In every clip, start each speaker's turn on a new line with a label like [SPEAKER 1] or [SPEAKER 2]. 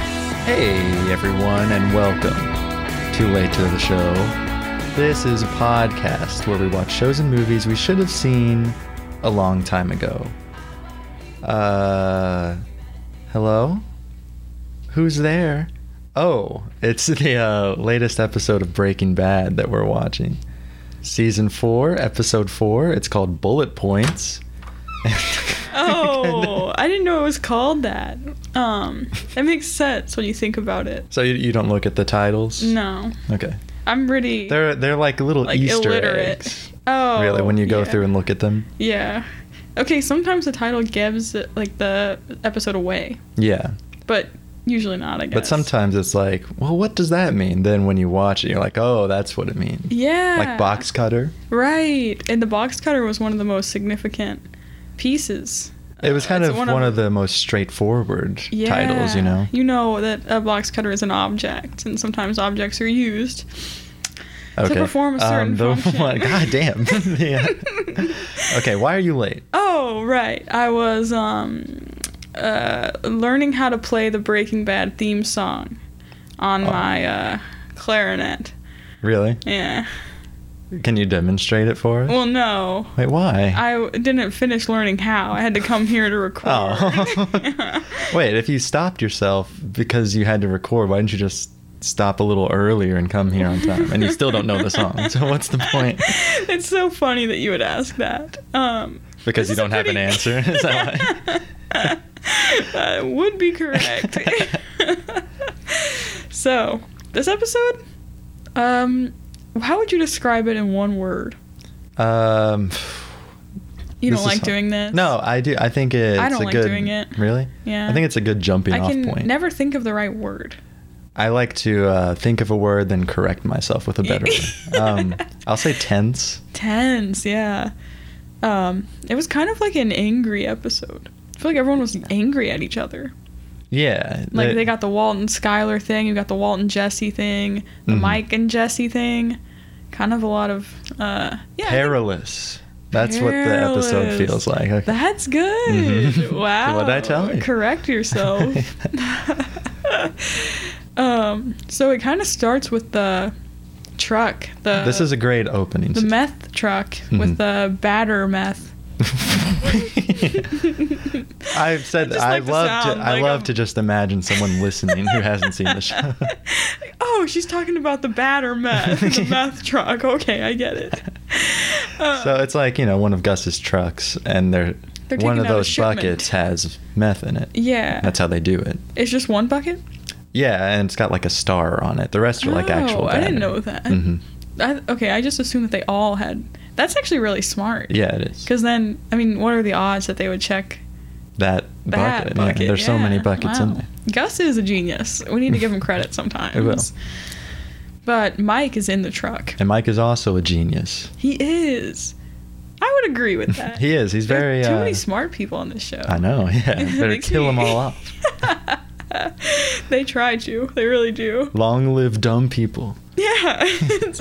[SPEAKER 1] Hey, everyone, and welcome to Late to the Show. This is a podcast where we watch shows and movies we should have seen a long time ago. Uh, hello? Who's there? Oh, it's the uh, latest episode of Breaking Bad that we're watching. Season 4, Episode 4. It's called Bullet Points.
[SPEAKER 2] Oh, I didn't know it was called that. Um, that makes sense when you think about it.
[SPEAKER 1] So you, you don't look at the titles?
[SPEAKER 2] No,
[SPEAKER 1] Okay.
[SPEAKER 2] I'm pretty
[SPEAKER 1] They're they're like little
[SPEAKER 2] like
[SPEAKER 1] Easter
[SPEAKER 2] illiterate.
[SPEAKER 1] eggs.
[SPEAKER 2] Oh,
[SPEAKER 1] really when you go
[SPEAKER 2] yeah.
[SPEAKER 1] through and look at them
[SPEAKER 2] yeah. Okay, sometimes the title gives like the episode away,
[SPEAKER 1] yeah
[SPEAKER 2] but usually not. I guess.
[SPEAKER 1] but sometimes it's like well what does that mean then when you watch it you're like oh that's what it means
[SPEAKER 2] Yeah.
[SPEAKER 1] like box cutter
[SPEAKER 2] Right, and the box cutter was one of the most significant pieces.
[SPEAKER 1] it was
[SPEAKER 2] Uh,
[SPEAKER 1] kind
[SPEAKER 2] it's
[SPEAKER 1] of one, of, the most straightforward titles you
[SPEAKER 2] Yeah.
[SPEAKER 1] know
[SPEAKER 2] You know that a box cutter is an object, and sometimes objects are used to perform a certain
[SPEAKER 1] um, the
[SPEAKER 2] function.
[SPEAKER 1] one- god damn yeah. okay why are you late
[SPEAKER 2] Oh, right. I was um, uh, learning how to play the Breaking Bad theme song on
[SPEAKER 1] Oh.
[SPEAKER 2] my uh, clarinet.
[SPEAKER 1] really
[SPEAKER 2] Yeah.
[SPEAKER 1] can you demonstrate it for us
[SPEAKER 2] Well, no.
[SPEAKER 1] wait why
[SPEAKER 2] I w- didn't finish learning how. I had to come here to record.
[SPEAKER 1] Oh. wait if you stopped yourself because you had to record why didn't you just stop a little earlier and come here on time and you still don't know the song so what's the point
[SPEAKER 2] It's so funny that you would ask that. Um,
[SPEAKER 1] Because
[SPEAKER 2] this is
[SPEAKER 1] you
[SPEAKER 2] a
[SPEAKER 1] don't have an
[SPEAKER 2] pretty-
[SPEAKER 1] answer. Is that why?
[SPEAKER 2] that would be correct. so, this episode, um, how would you describe it in one word?
[SPEAKER 1] Um,
[SPEAKER 2] You
[SPEAKER 1] This
[SPEAKER 2] don't
[SPEAKER 1] is
[SPEAKER 2] like
[SPEAKER 1] hard.
[SPEAKER 2] doing this?
[SPEAKER 1] no, I do. I think it's
[SPEAKER 2] don't
[SPEAKER 1] a
[SPEAKER 2] like
[SPEAKER 1] good.
[SPEAKER 2] doing it.
[SPEAKER 1] Really?
[SPEAKER 2] Yeah.
[SPEAKER 1] I think it's a good jumping
[SPEAKER 2] I
[SPEAKER 1] off
[SPEAKER 2] can
[SPEAKER 1] point.
[SPEAKER 2] never think of the right word.
[SPEAKER 1] I like to uh, think of a word, then correct myself with a better one. Um, I'll say tense.
[SPEAKER 2] Tense, yeah. Um, it was kind of like an angry episode. I feel like everyone was angry at each other.
[SPEAKER 1] Yeah. Uh,
[SPEAKER 2] Like
[SPEAKER 1] that-
[SPEAKER 2] they got the Walton Skylar thing, you got the Walton Jesse thing, the
[SPEAKER 1] Mhm.
[SPEAKER 2] Mike and Jesse thing. Kind of a lot of uh yeah. I think
[SPEAKER 1] perilous. That's what the episode
[SPEAKER 2] Perilous.
[SPEAKER 1] feels like. Okay.
[SPEAKER 2] That's good.
[SPEAKER 1] Mhm.
[SPEAKER 2] Wow.
[SPEAKER 1] What'd I tell you?
[SPEAKER 2] Correct yourself. um, so it kind of starts with the truck. The
[SPEAKER 1] this is a great opening.
[SPEAKER 2] the
[SPEAKER 1] se-
[SPEAKER 2] meth truck
[SPEAKER 1] Mhm.
[SPEAKER 2] with the batter meth.
[SPEAKER 1] I've said
[SPEAKER 2] just
[SPEAKER 1] I
[SPEAKER 2] like the
[SPEAKER 1] love to
[SPEAKER 2] sound,
[SPEAKER 1] I
[SPEAKER 2] like
[SPEAKER 1] love
[SPEAKER 2] I'm-
[SPEAKER 1] to just imagine someone listening who hasn't seen the show.
[SPEAKER 2] oh, she's talking about the batter meth, the meth truck. Okay, I get it. Uh,
[SPEAKER 1] so it's like you know one of Gus's trucks, and they're,
[SPEAKER 2] They're
[SPEAKER 1] one
[SPEAKER 2] taking
[SPEAKER 1] of
[SPEAKER 2] out a
[SPEAKER 1] those
[SPEAKER 2] shipment.
[SPEAKER 1] buckets has meth in it.
[SPEAKER 2] yeah,
[SPEAKER 1] That's how they do it.
[SPEAKER 2] it's just one bucket.
[SPEAKER 1] Yeah, and it's got like a star on it. The rest are like actual.
[SPEAKER 2] Oh, I didn't
[SPEAKER 1] batter.
[SPEAKER 2] know that.
[SPEAKER 1] Mhm.
[SPEAKER 2] I, okay, I just assumed that they all had. That's actually really smart.
[SPEAKER 1] Yeah, it is.
[SPEAKER 2] Because then, I mean, what are the odds that they would check
[SPEAKER 1] that
[SPEAKER 2] that
[SPEAKER 1] bucket.
[SPEAKER 2] bucket?
[SPEAKER 1] yeah, there's so many
[SPEAKER 2] Yeah,
[SPEAKER 1] buckets in
[SPEAKER 2] wow.
[SPEAKER 1] there.
[SPEAKER 2] Gus is a genius. We need to give him credit sometimes.
[SPEAKER 1] I will.
[SPEAKER 2] But Mike is in the truck.
[SPEAKER 1] And Mike is also a genius.
[SPEAKER 2] He is. I would agree with that.
[SPEAKER 1] he is. He's
[SPEAKER 2] There are
[SPEAKER 1] very.
[SPEAKER 2] Too
[SPEAKER 1] uh,
[SPEAKER 2] many smart people on this show.
[SPEAKER 1] I know. Yeah,
[SPEAKER 2] It
[SPEAKER 1] better
[SPEAKER 2] makes
[SPEAKER 1] kill
[SPEAKER 2] me-
[SPEAKER 1] them all off.
[SPEAKER 2] they try to. They really do.
[SPEAKER 1] Long live dumb people.
[SPEAKER 2] Yeah, it's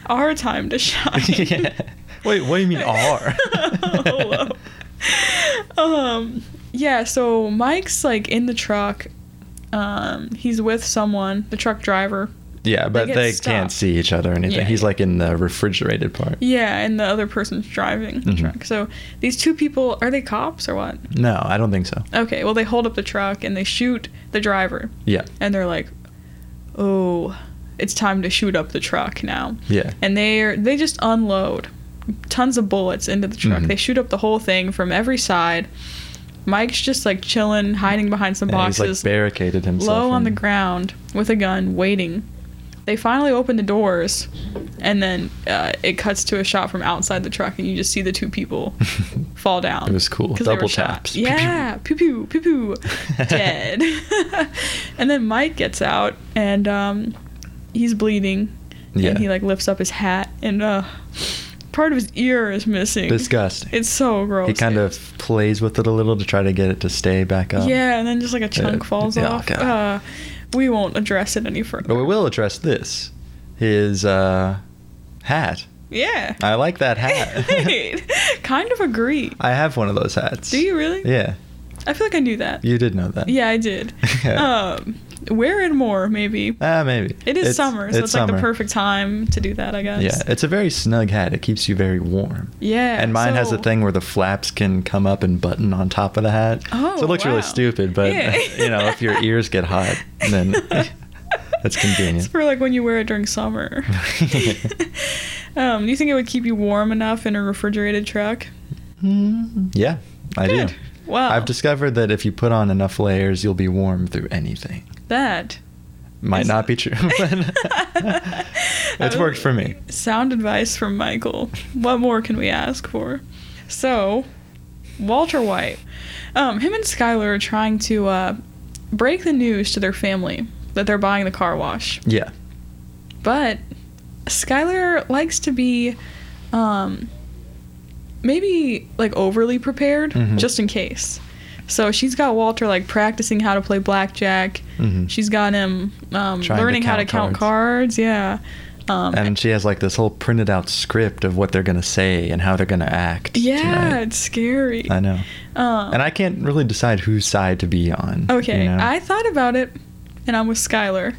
[SPEAKER 2] our time to shine.
[SPEAKER 1] yeah. Wait, what do you mean R?
[SPEAKER 2] Oh, whoa. um, yeah. So Mike's like in the truck. Um, he's with someone, the truck driver.
[SPEAKER 1] yeah, but
[SPEAKER 2] get
[SPEAKER 1] they
[SPEAKER 2] stuck.
[SPEAKER 1] can't see each other or anything.
[SPEAKER 2] Yeah,
[SPEAKER 1] He's
[SPEAKER 2] yeah.
[SPEAKER 1] like in the refrigerated part.
[SPEAKER 2] Yeah, and the other person's driving the
[SPEAKER 1] Mhm.
[SPEAKER 2] truck. So these two people are they cops or what?
[SPEAKER 1] No, I don't think so.
[SPEAKER 2] Okay, well they hold up the truck and they shoot the driver,
[SPEAKER 1] Yeah,
[SPEAKER 2] and they're like, "Oh, it's time to shoot up the truck now."
[SPEAKER 1] yeah.
[SPEAKER 2] and they are they just unload tons of bullets into the truck.
[SPEAKER 1] Mhm.
[SPEAKER 2] They shoot up the whole thing from every side. Mike's just like chilling, hiding behind some
[SPEAKER 1] Yeah,
[SPEAKER 2] boxes,
[SPEAKER 1] He's like barricaded himself.
[SPEAKER 2] low on the
[SPEAKER 1] in.
[SPEAKER 2] ground with a gun, waiting. They finally open the doors, and then uh, it cuts to a shot from outside the truck, and you just see the two people fall down.
[SPEAKER 1] It was cool.
[SPEAKER 2] 'Cause they were
[SPEAKER 1] Double
[SPEAKER 2] shot.
[SPEAKER 1] taps. Pew, pew.
[SPEAKER 2] Yeah, pew pew pew pew, dead. and then Mike gets out, and um, he's bleeding,
[SPEAKER 1] yeah.
[SPEAKER 2] and he like lifts up his hat, and uh, part of his ear is missing.
[SPEAKER 1] Disgusting.
[SPEAKER 2] It's so gross.
[SPEAKER 1] he kind of plays with it a little to try to get it to stay back up.
[SPEAKER 2] yeah, and then just like a chunk
[SPEAKER 1] Uh,
[SPEAKER 2] falls
[SPEAKER 1] yeah,
[SPEAKER 2] off.
[SPEAKER 1] okay.
[SPEAKER 2] Uh, we won't address it any further.
[SPEAKER 1] But we will address this. His uh, hat.
[SPEAKER 2] Yeah.
[SPEAKER 1] I like that hat.
[SPEAKER 2] Right. kind of agree.
[SPEAKER 1] I have one of those hats.
[SPEAKER 2] Do you really?
[SPEAKER 1] Yeah,
[SPEAKER 2] I feel like I knew that.
[SPEAKER 1] you did know that.
[SPEAKER 2] Yeah, I did.
[SPEAKER 1] Yeah.
[SPEAKER 2] Um, wear it more, maybe.
[SPEAKER 1] Ah, maybe.
[SPEAKER 2] It is
[SPEAKER 1] It's-
[SPEAKER 2] summer, so it's, like the
[SPEAKER 1] summer.
[SPEAKER 2] perfect time to do that, I guess.
[SPEAKER 1] Yeah, it's a very snug hat. It keeps you very warm.
[SPEAKER 2] Yeah.
[SPEAKER 1] And mine has a
[SPEAKER 2] so-
[SPEAKER 1] thing where the flaps can come up and button on top of the hat.
[SPEAKER 2] Oh,
[SPEAKER 1] so it looks
[SPEAKER 2] wow.
[SPEAKER 1] really stupid, but
[SPEAKER 2] Yeah.
[SPEAKER 1] you know, if your ears get hot, then that's
[SPEAKER 2] It's
[SPEAKER 1] convenient.
[SPEAKER 2] for like when you wear it during summer. um, do you think it would keep you warm enough in a refrigerated truck?
[SPEAKER 1] Mm, yeah, I
[SPEAKER 2] Good.
[SPEAKER 1] do.
[SPEAKER 2] Wow.
[SPEAKER 1] I've discovered that if you put on enough layers, you'll be warm through anything.
[SPEAKER 2] that.
[SPEAKER 1] Might
[SPEAKER 2] Is-
[SPEAKER 1] not be true, but it's worked for me.
[SPEAKER 2] Sound advice from Michael. What more can we ask for? So, Walter White, um, him and Skylar are trying to uh, break the news to their family that they're buying the car wash.
[SPEAKER 1] Yeah.
[SPEAKER 2] But Skylar likes to be um maybe like overly prepared
[SPEAKER 1] Mhm.
[SPEAKER 2] just in case. So she's got Walter like practicing how to play blackjack.
[SPEAKER 1] Mhm.
[SPEAKER 2] She's got him um,
[SPEAKER 1] Trying to
[SPEAKER 2] learning how to
[SPEAKER 1] count
[SPEAKER 2] count cards. Yeah. Um,
[SPEAKER 1] And she has like this whole printed out script of what they're going to say and how they're going to act.
[SPEAKER 2] yeah,
[SPEAKER 1] tonight.
[SPEAKER 2] it's scary.
[SPEAKER 1] I know.
[SPEAKER 2] Um,
[SPEAKER 1] And I can't really decide whose side to be on.
[SPEAKER 2] Okay,
[SPEAKER 1] you know?
[SPEAKER 2] I thought about it, and I'm with Skylar.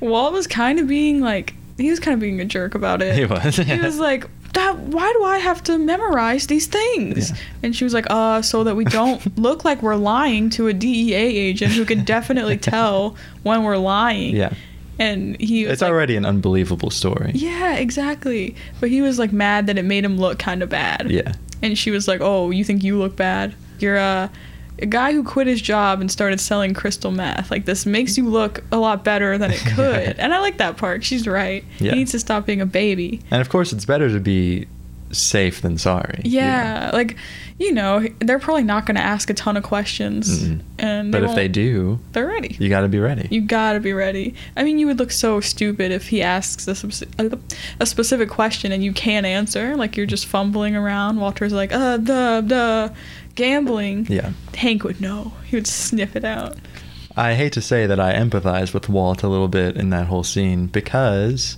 [SPEAKER 2] Walt was kind of being like, he was kind of being a jerk about it.
[SPEAKER 1] He was,
[SPEAKER 2] he was like, that, why do I have to memorize these things?
[SPEAKER 1] Yeah.
[SPEAKER 2] And she was like, uh, so that we don't look like we're lying to a DEA agent who can definitely tell when we're lying.
[SPEAKER 1] Yeah.
[SPEAKER 2] And he was
[SPEAKER 1] It's
[SPEAKER 2] like,
[SPEAKER 1] already an unbelievable story.
[SPEAKER 2] Yeah, exactly. But he was like mad that it made him look kind of bad.
[SPEAKER 1] Yeah.
[SPEAKER 2] And she was like, "Oh, you think you look bad? You're a, a guy who quit his job and started selling crystal meth. Like this makes you look a lot better than it could." and I like that part. She's right.
[SPEAKER 1] Yeah.
[SPEAKER 2] He needs to stop being a baby.
[SPEAKER 1] And of course, it's better to be safe than sorry. you know?
[SPEAKER 2] Yeah, like you know, they're probably not going to ask a ton of questions,
[SPEAKER 1] Mm-mm.
[SPEAKER 2] and
[SPEAKER 1] But if
[SPEAKER 2] won't-
[SPEAKER 1] they do,
[SPEAKER 2] they're ready.
[SPEAKER 1] you got to be ready.
[SPEAKER 2] You gotta be ready. I mean, you would look so stupid if he asks a, subs- a, a specific question and you can't answer. Like you're just fumbling around. Walter's like, uh, duh, duh, gambling.
[SPEAKER 1] yeah.
[SPEAKER 2] Hank would know. He would sniff it out.
[SPEAKER 1] I hate to say that I empathize with Walt a little bit in that whole scene because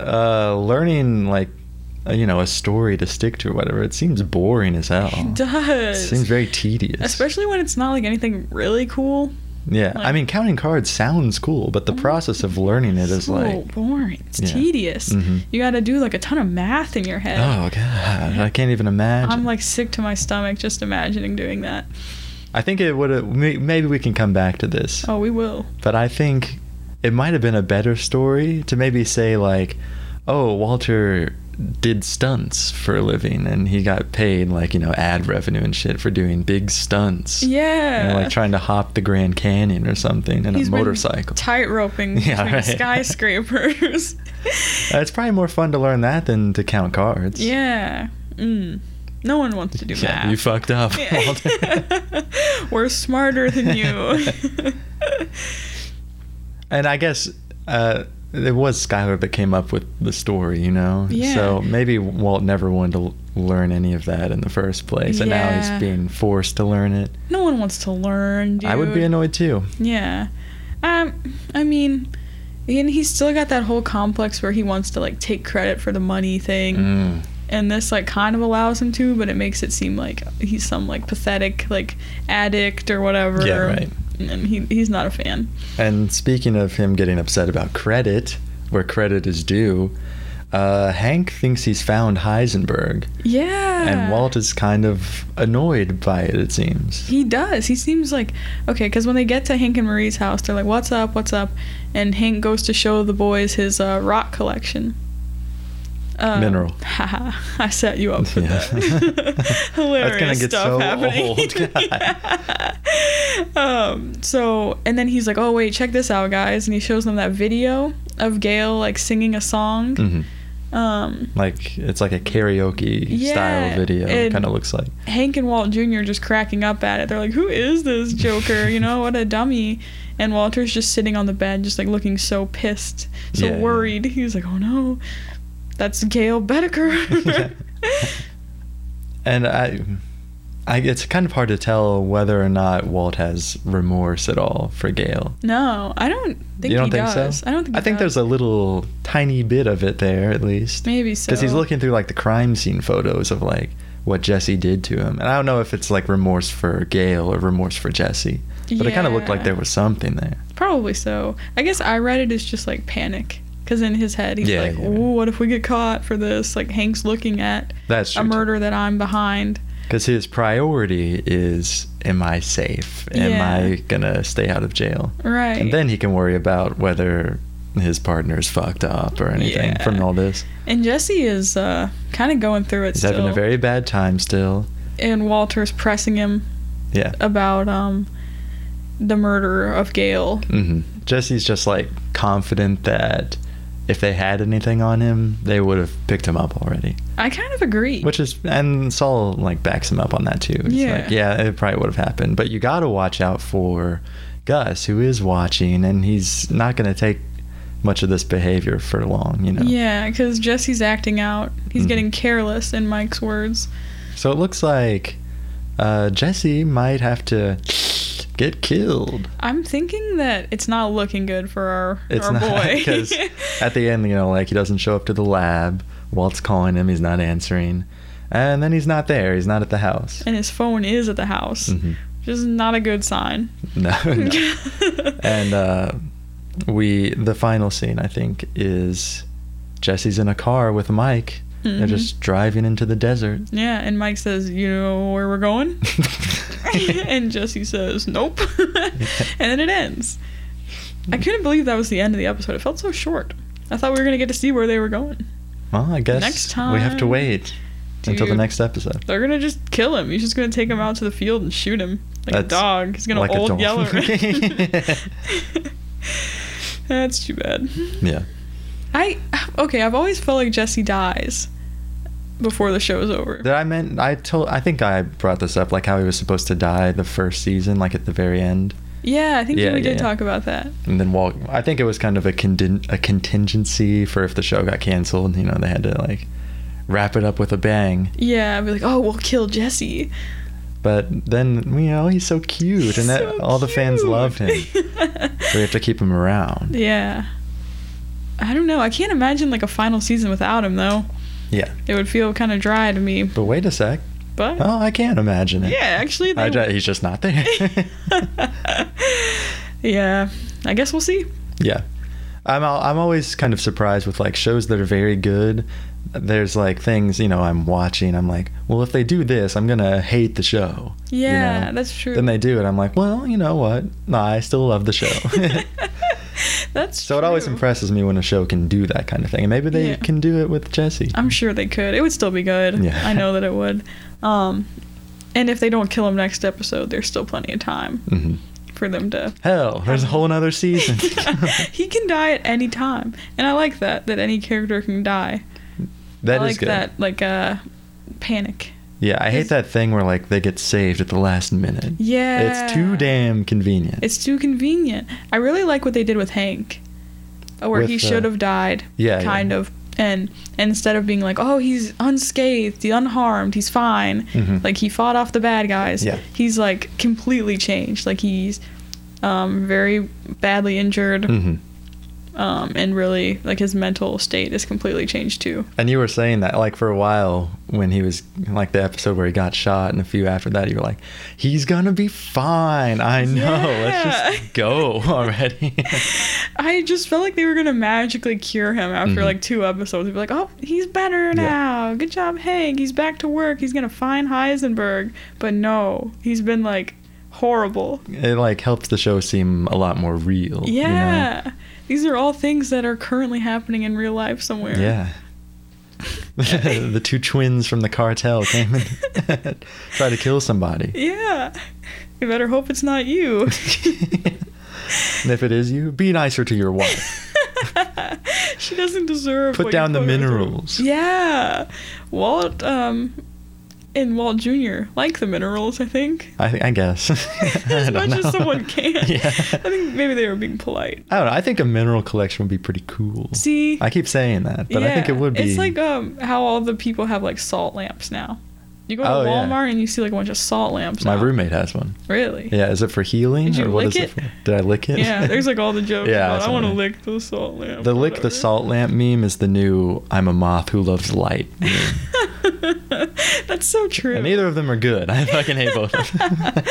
[SPEAKER 1] uh, learning, like, uh, you know, a story to stick to or whatever, it seems boring as hell.
[SPEAKER 2] It
[SPEAKER 1] Oh, It
[SPEAKER 2] does.
[SPEAKER 1] seems very tedious.
[SPEAKER 2] Especially when it's not like anything really cool.
[SPEAKER 1] yeah. I
[SPEAKER 2] like- Oh,
[SPEAKER 1] mean, counting cards sounds cool, but the process of learning it is
[SPEAKER 2] so
[SPEAKER 1] like,
[SPEAKER 2] boring. It's
[SPEAKER 1] Yeah.
[SPEAKER 2] tedious.
[SPEAKER 1] Mhm.
[SPEAKER 2] You gotta do like a ton of math in your head.
[SPEAKER 1] oh, God, I can't even imagine.
[SPEAKER 2] I'm like sick to my stomach just imagining doing that.
[SPEAKER 1] I think it would have. Maybe we can come back to this,
[SPEAKER 2] Oh, we will.
[SPEAKER 1] but I think it might have been a better story to maybe say like, "Oh, Walter did stunts for a living, and he got paid like you know ad revenue and shit for doing big stunts." You
[SPEAKER 2] Yeah.
[SPEAKER 1] know, like trying to hop the Grand Canyon or something in
[SPEAKER 2] He's
[SPEAKER 1] a
[SPEAKER 2] been
[SPEAKER 1] motorcycle.
[SPEAKER 2] Tight roping
[SPEAKER 1] Yeah,
[SPEAKER 2] between
[SPEAKER 1] right.
[SPEAKER 2] skyscrapers.
[SPEAKER 1] Uh, it's probably more fun to learn that than to count cards.
[SPEAKER 2] Yeah. Mm. No one wants to do
[SPEAKER 1] Yeah,
[SPEAKER 2] math.
[SPEAKER 1] you fucked up,
[SPEAKER 2] Yeah.
[SPEAKER 1] Walter.
[SPEAKER 2] We're smarter than you.
[SPEAKER 1] And I guess uh, it was Skylar that came up with the story, you know?
[SPEAKER 2] Yeah.
[SPEAKER 1] So maybe Walt never wanted to l- learn any of that in the first place, and now
[SPEAKER 2] Yeah.
[SPEAKER 1] he's being forced to learn it.
[SPEAKER 2] no one wants to learn, dude.
[SPEAKER 1] I would be annoyed too.
[SPEAKER 2] Yeah. Um, I mean, and he's still got that whole complex where he wants to like take credit for the money thing,
[SPEAKER 1] Mm.
[SPEAKER 2] and this like kind of allows him to, but it makes it seem like he's some like pathetic like addict or whatever.
[SPEAKER 1] Yeah, right.
[SPEAKER 2] And he he's not a fan.
[SPEAKER 1] And speaking of him getting upset about credit, where credit is due, uh, Hank thinks he's found Heisenberg,
[SPEAKER 2] Yeah.
[SPEAKER 1] and Walt is kind of annoyed by it, it seems.
[SPEAKER 2] He does. He seems like okay, because when they get to Hank and Marie's house, they're like, "What's up? What's up?" And Hank goes to show the boys his uh, rock collection. Um,
[SPEAKER 1] Mineral.
[SPEAKER 2] Haha! I set you up for
[SPEAKER 1] Yeah.
[SPEAKER 2] that. Hilarious
[SPEAKER 1] get
[SPEAKER 2] stuff
[SPEAKER 1] so
[SPEAKER 2] happening.
[SPEAKER 1] old, God.
[SPEAKER 2] Yeah. Um. So and then he's like, "Oh wait, check this out, guys!" And he shows them that video of Gail like singing a song.
[SPEAKER 1] Mhm.
[SPEAKER 2] Um.
[SPEAKER 1] Like, it's like a karaoke
[SPEAKER 2] Yeah,
[SPEAKER 1] style video, it
[SPEAKER 2] and-
[SPEAKER 1] kind of looks like.
[SPEAKER 2] Hank and Walt Jr. just cracking up at it. They're like, "Who is this Joker? You know, what a dummy!" And Walter's just sitting on the bed, just like looking so pissed, so
[SPEAKER 1] Yeah, yeah.
[SPEAKER 2] worried. He's like, "Oh no, that's Gail Bedecker."
[SPEAKER 1] and I, I it's kind of hard to tell whether or not Walt has remorse at all for Gail.
[SPEAKER 2] no, I don't think
[SPEAKER 1] you don't
[SPEAKER 2] he
[SPEAKER 1] think
[SPEAKER 2] does.
[SPEAKER 1] so?
[SPEAKER 2] I don't think.
[SPEAKER 1] I
[SPEAKER 2] he
[SPEAKER 1] think
[SPEAKER 2] does.
[SPEAKER 1] there's a little tiny bit of it there at least,
[SPEAKER 2] maybe so.
[SPEAKER 1] because he's looking through like the crime scene photos of like what Jesse did to him. And I don't know if it's like remorse for Gail or remorse for Jesse, but it kind of looked like
[SPEAKER 2] Yeah.
[SPEAKER 1] there was something there.
[SPEAKER 2] Probably so. I guess I read it as just like panic. Because in his head, he's
[SPEAKER 1] Yeah,
[SPEAKER 2] like,
[SPEAKER 1] yeah.
[SPEAKER 2] oh, what if we get caught for this? Like, Hank's looking at
[SPEAKER 1] That's true.
[SPEAKER 2] a murder that I'm behind.
[SPEAKER 1] Because his priority is, am I safe? Am
[SPEAKER 2] Yeah.
[SPEAKER 1] I gonna stay out of jail?
[SPEAKER 2] Right.
[SPEAKER 1] And then he can worry about whether his partner's fucked up or anything
[SPEAKER 2] Yeah.
[SPEAKER 1] from all this.
[SPEAKER 2] And Jesse is uh, kind of going through it
[SPEAKER 1] He's
[SPEAKER 2] still.
[SPEAKER 1] having a very bad time still.
[SPEAKER 2] and Walter's pressing him
[SPEAKER 1] Yeah.
[SPEAKER 2] about um, the murder of Gail.
[SPEAKER 1] hmm Jesse's just like confident that if they had anything on him, they would have picked him up already.
[SPEAKER 2] I kind of agree.
[SPEAKER 1] Which is, and Saul like backs him up on that too. He's
[SPEAKER 2] Yeah.
[SPEAKER 1] like, yeah, it probably would have happened. But you got to watch out for Gus, who is watching, and he's not going to take much of this behavior for long, you know?
[SPEAKER 2] Yeah, because Jesse's acting out. He's
[SPEAKER 1] Mhm.
[SPEAKER 2] getting careless, in Mike's words.
[SPEAKER 1] So it looks like uh, Jesse might have to get killed.
[SPEAKER 2] I'm thinking that it's not looking good for our,
[SPEAKER 1] It's
[SPEAKER 2] our
[SPEAKER 1] not
[SPEAKER 2] Oh, boy.
[SPEAKER 1] because at the end, you know, like he doesn't show up to the lab. Walt's calling him, he's not answering, and then he's not there. He's not at the house.
[SPEAKER 2] and his phone is at the house,
[SPEAKER 1] Mhm.
[SPEAKER 2] which is not a good sign.
[SPEAKER 1] No, no. and uh, we the final scene I think is Jesse's in a car with Mike. They're
[SPEAKER 2] Mhm.
[SPEAKER 1] just driving into the desert.
[SPEAKER 2] yeah, and Mike says, "You know where we're going," and Jesse says, "Nope," and then it ends. I couldn't believe that was the end of the episode. It felt so short. I thought we were gonna get to see where they were going.
[SPEAKER 1] well, I guess
[SPEAKER 2] Next
[SPEAKER 1] we have to
[SPEAKER 2] time,
[SPEAKER 1] wait until the
[SPEAKER 2] dude,
[SPEAKER 1] next episode.
[SPEAKER 2] They're gonna just kill him. He's just gonna take him out to the field and shoot him like a
[SPEAKER 1] That's
[SPEAKER 2] dog. He's gonna
[SPEAKER 1] like a
[SPEAKER 2] old
[SPEAKER 1] dog.
[SPEAKER 2] yeller. That's too bad.
[SPEAKER 1] Yeah,
[SPEAKER 2] I okay. I've always felt like Jesse dies before the show's over.
[SPEAKER 1] that I meant. I told. I think I brought this up, like how he was supposed to die the first season, like at the very end.
[SPEAKER 2] Yeah, I think
[SPEAKER 1] Yeah,
[SPEAKER 2] we
[SPEAKER 1] yeah,
[SPEAKER 2] did
[SPEAKER 1] yeah.
[SPEAKER 2] talk about that.
[SPEAKER 1] and then Walt. I think it was kind of a contin- a contingency for if the show got canceled. You know, they had to like wrap it up with a bang.
[SPEAKER 2] Yeah, I'd be like, oh, we'll kill Jesse.
[SPEAKER 1] But then you know he's so cute, and that
[SPEAKER 2] So
[SPEAKER 1] all the fans
[SPEAKER 2] cute.
[SPEAKER 1] loved him. so we have to keep him around.
[SPEAKER 2] yeah. I don't know. I can't imagine like a final season without him though.
[SPEAKER 1] Yeah.
[SPEAKER 2] It would feel kind of dry to me.
[SPEAKER 1] But wait a sec.
[SPEAKER 2] But
[SPEAKER 1] Oh, I can't imagine it.
[SPEAKER 2] yeah, actually,
[SPEAKER 1] I
[SPEAKER 2] they
[SPEAKER 1] ju- he's just not there.
[SPEAKER 2] yeah, I guess we'll see.
[SPEAKER 1] yeah. I'm al- I'm always kind of surprised with like shows that are very good. There's like things you know I'm watching. I'm like, well, if they do this, I'm gonna hate the show. you
[SPEAKER 2] Yeah,
[SPEAKER 1] know?
[SPEAKER 2] that's true.
[SPEAKER 1] Then they do it. I'm like, well, you know what? No, I still love the show.
[SPEAKER 2] that's
[SPEAKER 1] so it always
[SPEAKER 2] true.
[SPEAKER 1] impresses me when a show can do that kind of thing. And maybe they
[SPEAKER 2] Yeah. Uh,
[SPEAKER 1] can do it with Jesse.
[SPEAKER 2] I'm sure they could. It would still be good.
[SPEAKER 1] Yeah.
[SPEAKER 2] I know that it would. Um, and if they don't kill him next episode, there's still plenty of time
[SPEAKER 1] hmm
[SPEAKER 2] for them to.
[SPEAKER 1] Hell, there's a whole nother season.
[SPEAKER 2] he can die at any time, and I like that. That any character can die.
[SPEAKER 1] That is
[SPEAKER 2] I like
[SPEAKER 1] good.
[SPEAKER 2] that. Like uh, panic.
[SPEAKER 1] Yeah, I hate
[SPEAKER 2] Is-
[SPEAKER 1] that thing where like they get saved at the last minute.
[SPEAKER 2] Yeah.
[SPEAKER 1] It's too damn convenient.
[SPEAKER 2] It's too convenient. I really like what they did with Hank, uh, where
[SPEAKER 1] With,
[SPEAKER 2] he
[SPEAKER 1] uh,
[SPEAKER 2] should have died.
[SPEAKER 1] yeah, yeah.
[SPEAKER 2] kind of. And, and instead of being like, oh, he's unscathed, he's unharmed, he's fine,
[SPEAKER 1] Mhm.
[SPEAKER 2] like he fought off the bad guys.
[SPEAKER 1] Yeah.
[SPEAKER 2] He's like completely changed. Like he's um, very badly injured,
[SPEAKER 1] hmm
[SPEAKER 2] um, and really like his mental state is completely changed too.
[SPEAKER 1] And you were saying that like for a while when he was like the episode where he got shot and a few after that you were like, He's gonna be fine. I know. Let's
[SPEAKER 2] Yeah.
[SPEAKER 1] just go already.
[SPEAKER 2] I just felt like they were gonna magically cure him after
[SPEAKER 1] Mhm.
[SPEAKER 2] like two episodes. They'd be like, "Oh, he's better now. Good job, Hank. He's back to work. He's gonna find Heisenberg." But no, he's been like horrible.
[SPEAKER 1] it like helps the show seem a lot more real. you know?
[SPEAKER 2] Yeah, these are all things that are currently happening in real life somewhere.
[SPEAKER 1] Yeah. the two twins from the cartel came and tried to kill somebody.
[SPEAKER 2] Yeah. You better hope it's not you.
[SPEAKER 1] And if it is you, be nicer to your wife.
[SPEAKER 2] she doesn't deserve.
[SPEAKER 1] Put
[SPEAKER 2] what you
[SPEAKER 1] down the
[SPEAKER 2] put her through.
[SPEAKER 1] minerals.
[SPEAKER 2] Yeah, Walt. Um, and Walt Jr. like the minerals. I think.
[SPEAKER 1] I, I guess. I
[SPEAKER 2] as
[SPEAKER 1] don't
[SPEAKER 2] much
[SPEAKER 1] know.
[SPEAKER 2] as someone can.
[SPEAKER 1] Yeah.
[SPEAKER 2] I think maybe they were being polite.
[SPEAKER 1] I don't know. I think a mineral collection would be pretty cool.
[SPEAKER 2] See,
[SPEAKER 1] I keep saying that, but I think it
[SPEAKER 2] Yeah.
[SPEAKER 1] would be.
[SPEAKER 2] It's like um, how all the people have like salt lamps now. You go
[SPEAKER 1] Oh,
[SPEAKER 2] to
[SPEAKER 1] yeah.
[SPEAKER 2] Walmart and you see like a bunch of salt lamps.
[SPEAKER 1] my
[SPEAKER 2] out.
[SPEAKER 1] roommate has one.
[SPEAKER 2] Really?
[SPEAKER 1] Yeah, is it for healing
[SPEAKER 2] Did you
[SPEAKER 1] or what
[SPEAKER 2] lick
[SPEAKER 1] is it?
[SPEAKER 2] it?
[SPEAKER 1] for? Did I lick it?
[SPEAKER 2] Yeah, there's like all the jokes.
[SPEAKER 1] Yeah,
[SPEAKER 2] about,
[SPEAKER 1] that's
[SPEAKER 2] I
[SPEAKER 1] what
[SPEAKER 2] want
[SPEAKER 1] I
[SPEAKER 2] to
[SPEAKER 1] mean.
[SPEAKER 2] lick the salt lamp.
[SPEAKER 1] the
[SPEAKER 2] or
[SPEAKER 1] lick the
[SPEAKER 2] whatever.
[SPEAKER 1] salt lamp meme is the new I'm a moth who loves light. meme.
[SPEAKER 2] That's so true.
[SPEAKER 1] And neither of them are good. I fucking hate both of them.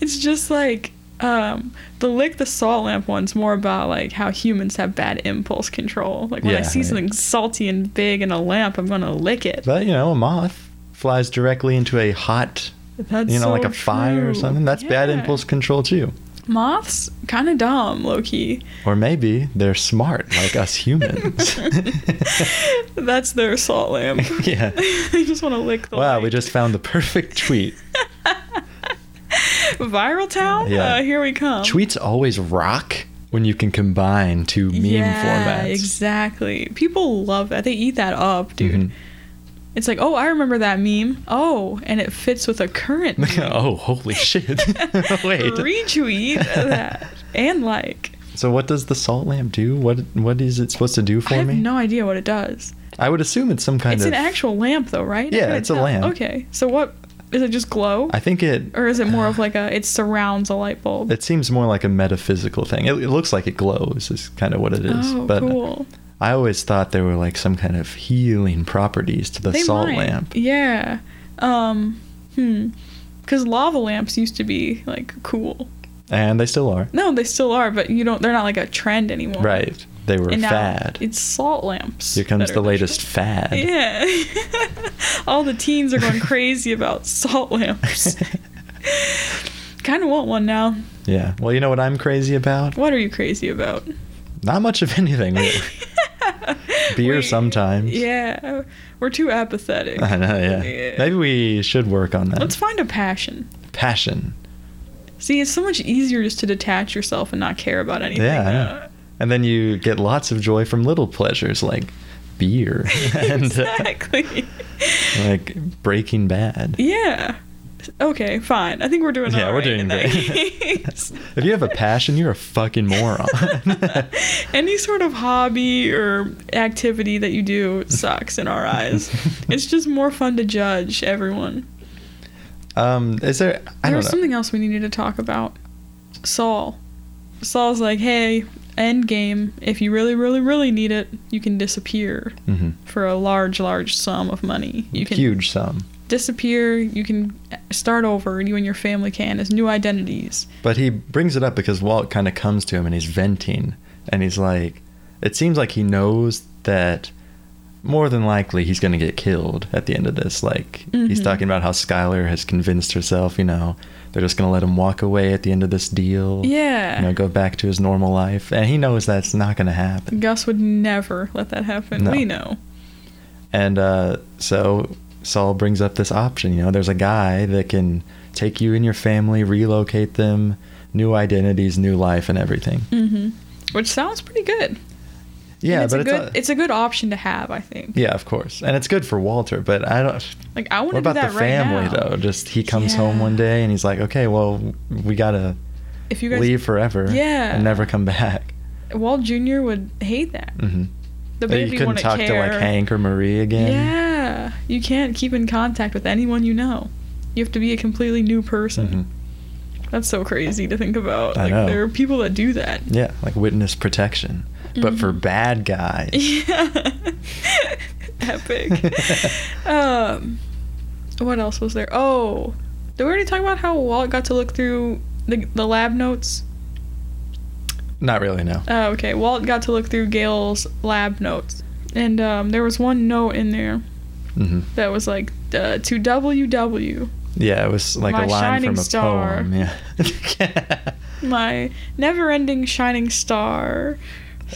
[SPEAKER 2] it's just like um, the lick the salt lamp one's more about like how humans have bad impulse control. Like when I
[SPEAKER 1] Yeah,
[SPEAKER 2] see
[SPEAKER 1] yeah.
[SPEAKER 2] something salty and big in a lamp, I'm gonna lick it.
[SPEAKER 1] But, you know, a moth flies directly into a hot,
[SPEAKER 2] That's
[SPEAKER 1] you know,
[SPEAKER 2] so
[SPEAKER 1] like a fire or
[SPEAKER 2] true.
[SPEAKER 1] something. That's bad
[SPEAKER 2] Yeah.
[SPEAKER 1] impulse control, too.
[SPEAKER 2] Moths kind of dumb, low key.
[SPEAKER 1] Or maybe they're smart, like us humans.
[SPEAKER 2] That's their salt lamp.
[SPEAKER 1] Yeah.
[SPEAKER 2] they just want to lick the.
[SPEAKER 1] wow, we
[SPEAKER 2] light.
[SPEAKER 1] just found the perfect tweet.
[SPEAKER 2] viral town.
[SPEAKER 1] Yeah.
[SPEAKER 2] Uh, here we come.
[SPEAKER 1] Tweets always rock when you can combine two meme
[SPEAKER 2] yeah,
[SPEAKER 1] formats.
[SPEAKER 2] exactly. People love that. They eat that up, dude.
[SPEAKER 1] Mhm.
[SPEAKER 2] It's like, oh, I remember that meme. Oh, and it fits with a current. Meme.
[SPEAKER 1] oh, holy shit. Wait.
[SPEAKER 2] Retweet that and like.
[SPEAKER 1] So what does the salt lamp do? What what is it supposed to do for
[SPEAKER 2] I have
[SPEAKER 1] me?
[SPEAKER 2] no idea what it does.
[SPEAKER 1] I would assume it's some kind
[SPEAKER 2] it's
[SPEAKER 1] of
[SPEAKER 2] an actual lamp, though, right? I
[SPEAKER 1] Yeah,
[SPEAKER 2] couldn't
[SPEAKER 1] it's a lamp.
[SPEAKER 2] Okay, so what is it? Just glow,
[SPEAKER 1] I think it
[SPEAKER 2] or is it more of like a? It surrounds a light bulb.
[SPEAKER 1] Uh, it seems more like a metaphysical thing. It, it looks like it glows is kind of what it is.
[SPEAKER 2] oh,
[SPEAKER 1] but
[SPEAKER 2] cool.
[SPEAKER 1] I always thought there were like some kind of healing properties to the
[SPEAKER 2] They
[SPEAKER 1] salt
[SPEAKER 2] might.
[SPEAKER 1] lamp.
[SPEAKER 2] Yeah. Um. Hmm. Because lava lamps used to be like cool.
[SPEAKER 1] And they still are.
[SPEAKER 2] No, they still are, but you don't. They're not like a trend anymore.
[SPEAKER 1] Right. They were
[SPEAKER 2] And now
[SPEAKER 1] fad.
[SPEAKER 2] it's salt lamps.
[SPEAKER 1] Here comes
[SPEAKER 2] that are
[SPEAKER 1] the
[SPEAKER 2] shit.
[SPEAKER 1] latest fad.
[SPEAKER 2] Yeah. All the teens are going crazy about salt lamps. kind of want one now.
[SPEAKER 1] Yeah. Well, you know what I'm crazy about?
[SPEAKER 2] What are you crazy about?
[SPEAKER 1] Not much of anything. really. Beer
[SPEAKER 2] We-
[SPEAKER 1] sometimes.
[SPEAKER 2] Yeah. We're too apathetic.
[SPEAKER 1] I know, yeah. Maybe we should work on that.
[SPEAKER 2] Let's find a passion.
[SPEAKER 1] Passion.
[SPEAKER 2] See, it's so much easier just to detach yourself and not care about anything.
[SPEAKER 1] Yeah, I know.
[SPEAKER 2] uh,
[SPEAKER 1] And then you get lots of joy from little pleasures like beer and uh,
[SPEAKER 2] exactly.
[SPEAKER 1] like Breaking Bad.
[SPEAKER 2] yeah. Okay, fine. I think we're doing
[SPEAKER 1] Yeah,
[SPEAKER 2] all
[SPEAKER 1] we're
[SPEAKER 2] right
[SPEAKER 1] doing
[SPEAKER 2] in that
[SPEAKER 1] great.
[SPEAKER 2] case.
[SPEAKER 1] If you have a passion, you're a fucking moron.
[SPEAKER 2] Any sort of hobby or activity that you do sucks in our eyes. it's just more fun to judge everyone.
[SPEAKER 1] um, is there? I
[SPEAKER 2] There
[SPEAKER 1] don't know.
[SPEAKER 2] was something else we needed to talk about. Saul. Saul's like, hey, endgame, if you really, really, really need it, you can disappear
[SPEAKER 1] Mhm.
[SPEAKER 2] for a large, large sum of money. You can
[SPEAKER 1] Huge sum.
[SPEAKER 2] disappear, you can start over, you and your family can, as new identities.
[SPEAKER 1] But he brings it up because Walt kind of comes to him and he's venting. And he's like, it seems like he knows that more than likely he's going to get killed at the end of this. Like, he's
[SPEAKER 2] Mhm.
[SPEAKER 1] talking about how Skylar has convinced herself, you know, they're just going to let him walk away at the end of this deal.
[SPEAKER 2] Yeah.
[SPEAKER 1] You know, go back to his normal life. And he knows that's not going to happen.
[SPEAKER 2] Gus would never let that happen.
[SPEAKER 1] No.
[SPEAKER 2] We know.
[SPEAKER 1] And uh, so Saul brings up this option. You know, there's a guy that can take you and your family, relocate them, new identities, new life, and everything.
[SPEAKER 2] hmm Which sounds pretty good.
[SPEAKER 1] Yeah,
[SPEAKER 2] And it's
[SPEAKER 1] but
[SPEAKER 2] a
[SPEAKER 1] it's,
[SPEAKER 2] good,
[SPEAKER 1] not-
[SPEAKER 2] it's a good option to have, I think.
[SPEAKER 1] Yeah, of course, and it's good for Walter. But I don't.
[SPEAKER 2] Like I want
[SPEAKER 1] What
[SPEAKER 2] to do
[SPEAKER 1] about
[SPEAKER 2] that
[SPEAKER 1] the
[SPEAKER 2] right
[SPEAKER 1] family
[SPEAKER 2] now.
[SPEAKER 1] though? Just he comes home
[SPEAKER 2] Yeah.
[SPEAKER 1] one day and he's like, "Okay, well, we gotta
[SPEAKER 2] If you guys
[SPEAKER 1] leave forever,
[SPEAKER 2] Yeah.
[SPEAKER 1] and never come back."
[SPEAKER 2] Walt Jr. would hate that.
[SPEAKER 1] hmm
[SPEAKER 2] The
[SPEAKER 1] you
[SPEAKER 2] baby
[SPEAKER 1] couldn't
[SPEAKER 2] wouldn't
[SPEAKER 1] talk
[SPEAKER 2] care.
[SPEAKER 1] to like Hank or Marie again.
[SPEAKER 2] Yeah, you can't keep in contact with anyone you know. You have to be a completely new person.
[SPEAKER 1] Mhm.
[SPEAKER 2] That's so crazy to think about.
[SPEAKER 1] I
[SPEAKER 2] like
[SPEAKER 1] know.
[SPEAKER 2] there are people that do that.
[SPEAKER 1] Yeah, like witness protection, but for bad guys.
[SPEAKER 2] Mm-hmm. Yeah. Epic. um, what else was there? Oh, did we already talk about how Walt got to look through the, the lab notes?
[SPEAKER 1] Not really, no.
[SPEAKER 2] Oh, okay. Walt got to look through Gail's lab notes. And um, there was one note in there
[SPEAKER 1] hmm
[SPEAKER 2] that was like, uh, to WW,
[SPEAKER 1] Yeah, it was like
[SPEAKER 2] My
[SPEAKER 1] a line
[SPEAKER 2] shining
[SPEAKER 1] from a
[SPEAKER 2] star.
[SPEAKER 1] poem. Yeah.
[SPEAKER 2] my never ending shining star.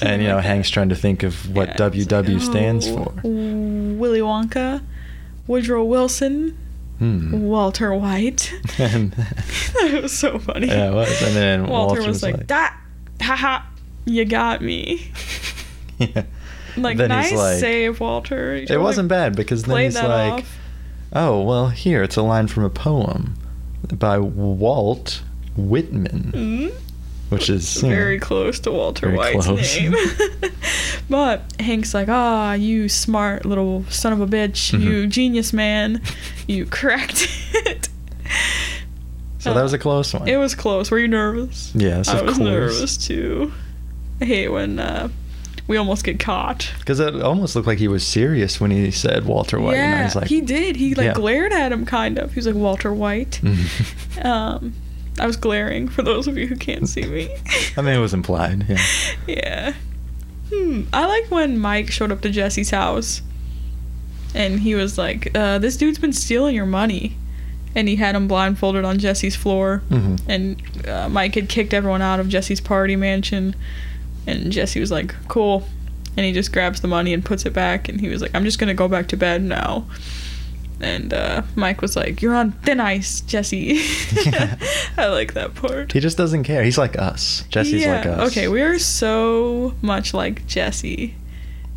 [SPEAKER 1] and you know,
[SPEAKER 2] Something
[SPEAKER 1] Hank's trying to think of what
[SPEAKER 2] like that. Yeah, it's
[SPEAKER 1] WW
[SPEAKER 2] like,
[SPEAKER 1] stands
[SPEAKER 2] oh,
[SPEAKER 1] for.
[SPEAKER 2] Willy Wonka, Woodrow Wilson,
[SPEAKER 1] Hmm.
[SPEAKER 2] Walter White.
[SPEAKER 1] And-
[SPEAKER 2] that was so funny.
[SPEAKER 1] Yeah, it was. And then
[SPEAKER 2] Walter,
[SPEAKER 1] Walter
[SPEAKER 2] was,
[SPEAKER 1] was
[SPEAKER 2] like,
[SPEAKER 1] like-
[SPEAKER 2] "That, haha, you got me."
[SPEAKER 1] yeah.
[SPEAKER 2] Like,
[SPEAKER 1] Then he's
[SPEAKER 2] nice
[SPEAKER 1] like-
[SPEAKER 2] save, Walter. You
[SPEAKER 1] It wasn't bad because then
[SPEAKER 2] Play
[SPEAKER 1] he's
[SPEAKER 2] that
[SPEAKER 1] like,
[SPEAKER 2] off.
[SPEAKER 1] "Oh well, here it's a line from a poem by Walt Whitman,
[SPEAKER 2] Mhm.
[SPEAKER 1] which is you know,
[SPEAKER 2] very close to Walter
[SPEAKER 1] very
[SPEAKER 2] White's
[SPEAKER 1] close.
[SPEAKER 2] name. but Hank's like, ah, you smart little son of a bitch,
[SPEAKER 1] Mhm.
[SPEAKER 2] you genius man, you cracked it. Uh,
[SPEAKER 1] so that was a close one.
[SPEAKER 2] It was close. Were you nervous?
[SPEAKER 1] Yes,
[SPEAKER 2] I
[SPEAKER 1] of
[SPEAKER 2] was
[SPEAKER 1] course.
[SPEAKER 2] nervous too. I hate when uh, we almost get caught.
[SPEAKER 1] Because it almost looked like he was serious when he said Walter White, and I
[SPEAKER 2] yeah,
[SPEAKER 1] was like,
[SPEAKER 2] he did. He like
[SPEAKER 1] Yeah.
[SPEAKER 2] glared at him, kind of. He was like Walter White.
[SPEAKER 1] Mm-hmm.
[SPEAKER 2] Um, I was glaring for those of you who can't see me.
[SPEAKER 1] I mean, it was implied. Yeah.
[SPEAKER 2] yeah. Hmm. I like when Mike showed up to Jesse's house, and he was like, uh, "This dude's been stealing your money," and he had him blindfolded on Jesse's floor,
[SPEAKER 1] Mhm.
[SPEAKER 2] and uh, Mike had kicked everyone out of Jesse's party mansion, and Jesse was like, "Cool." And he just grabs the money and puts it back, and he was like, "I'm just gonna go back to bed now." And uh, Mike was like, "You're on thin ice, Jesse."
[SPEAKER 1] Yeah.
[SPEAKER 2] I like that part.
[SPEAKER 1] He just doesn't care. He's like us. Jesse's like
[SPEAKER 2] Yeah,
[SPEAKER 1] us.
[SPEAKER 2] Okay, we are so much like Jesse.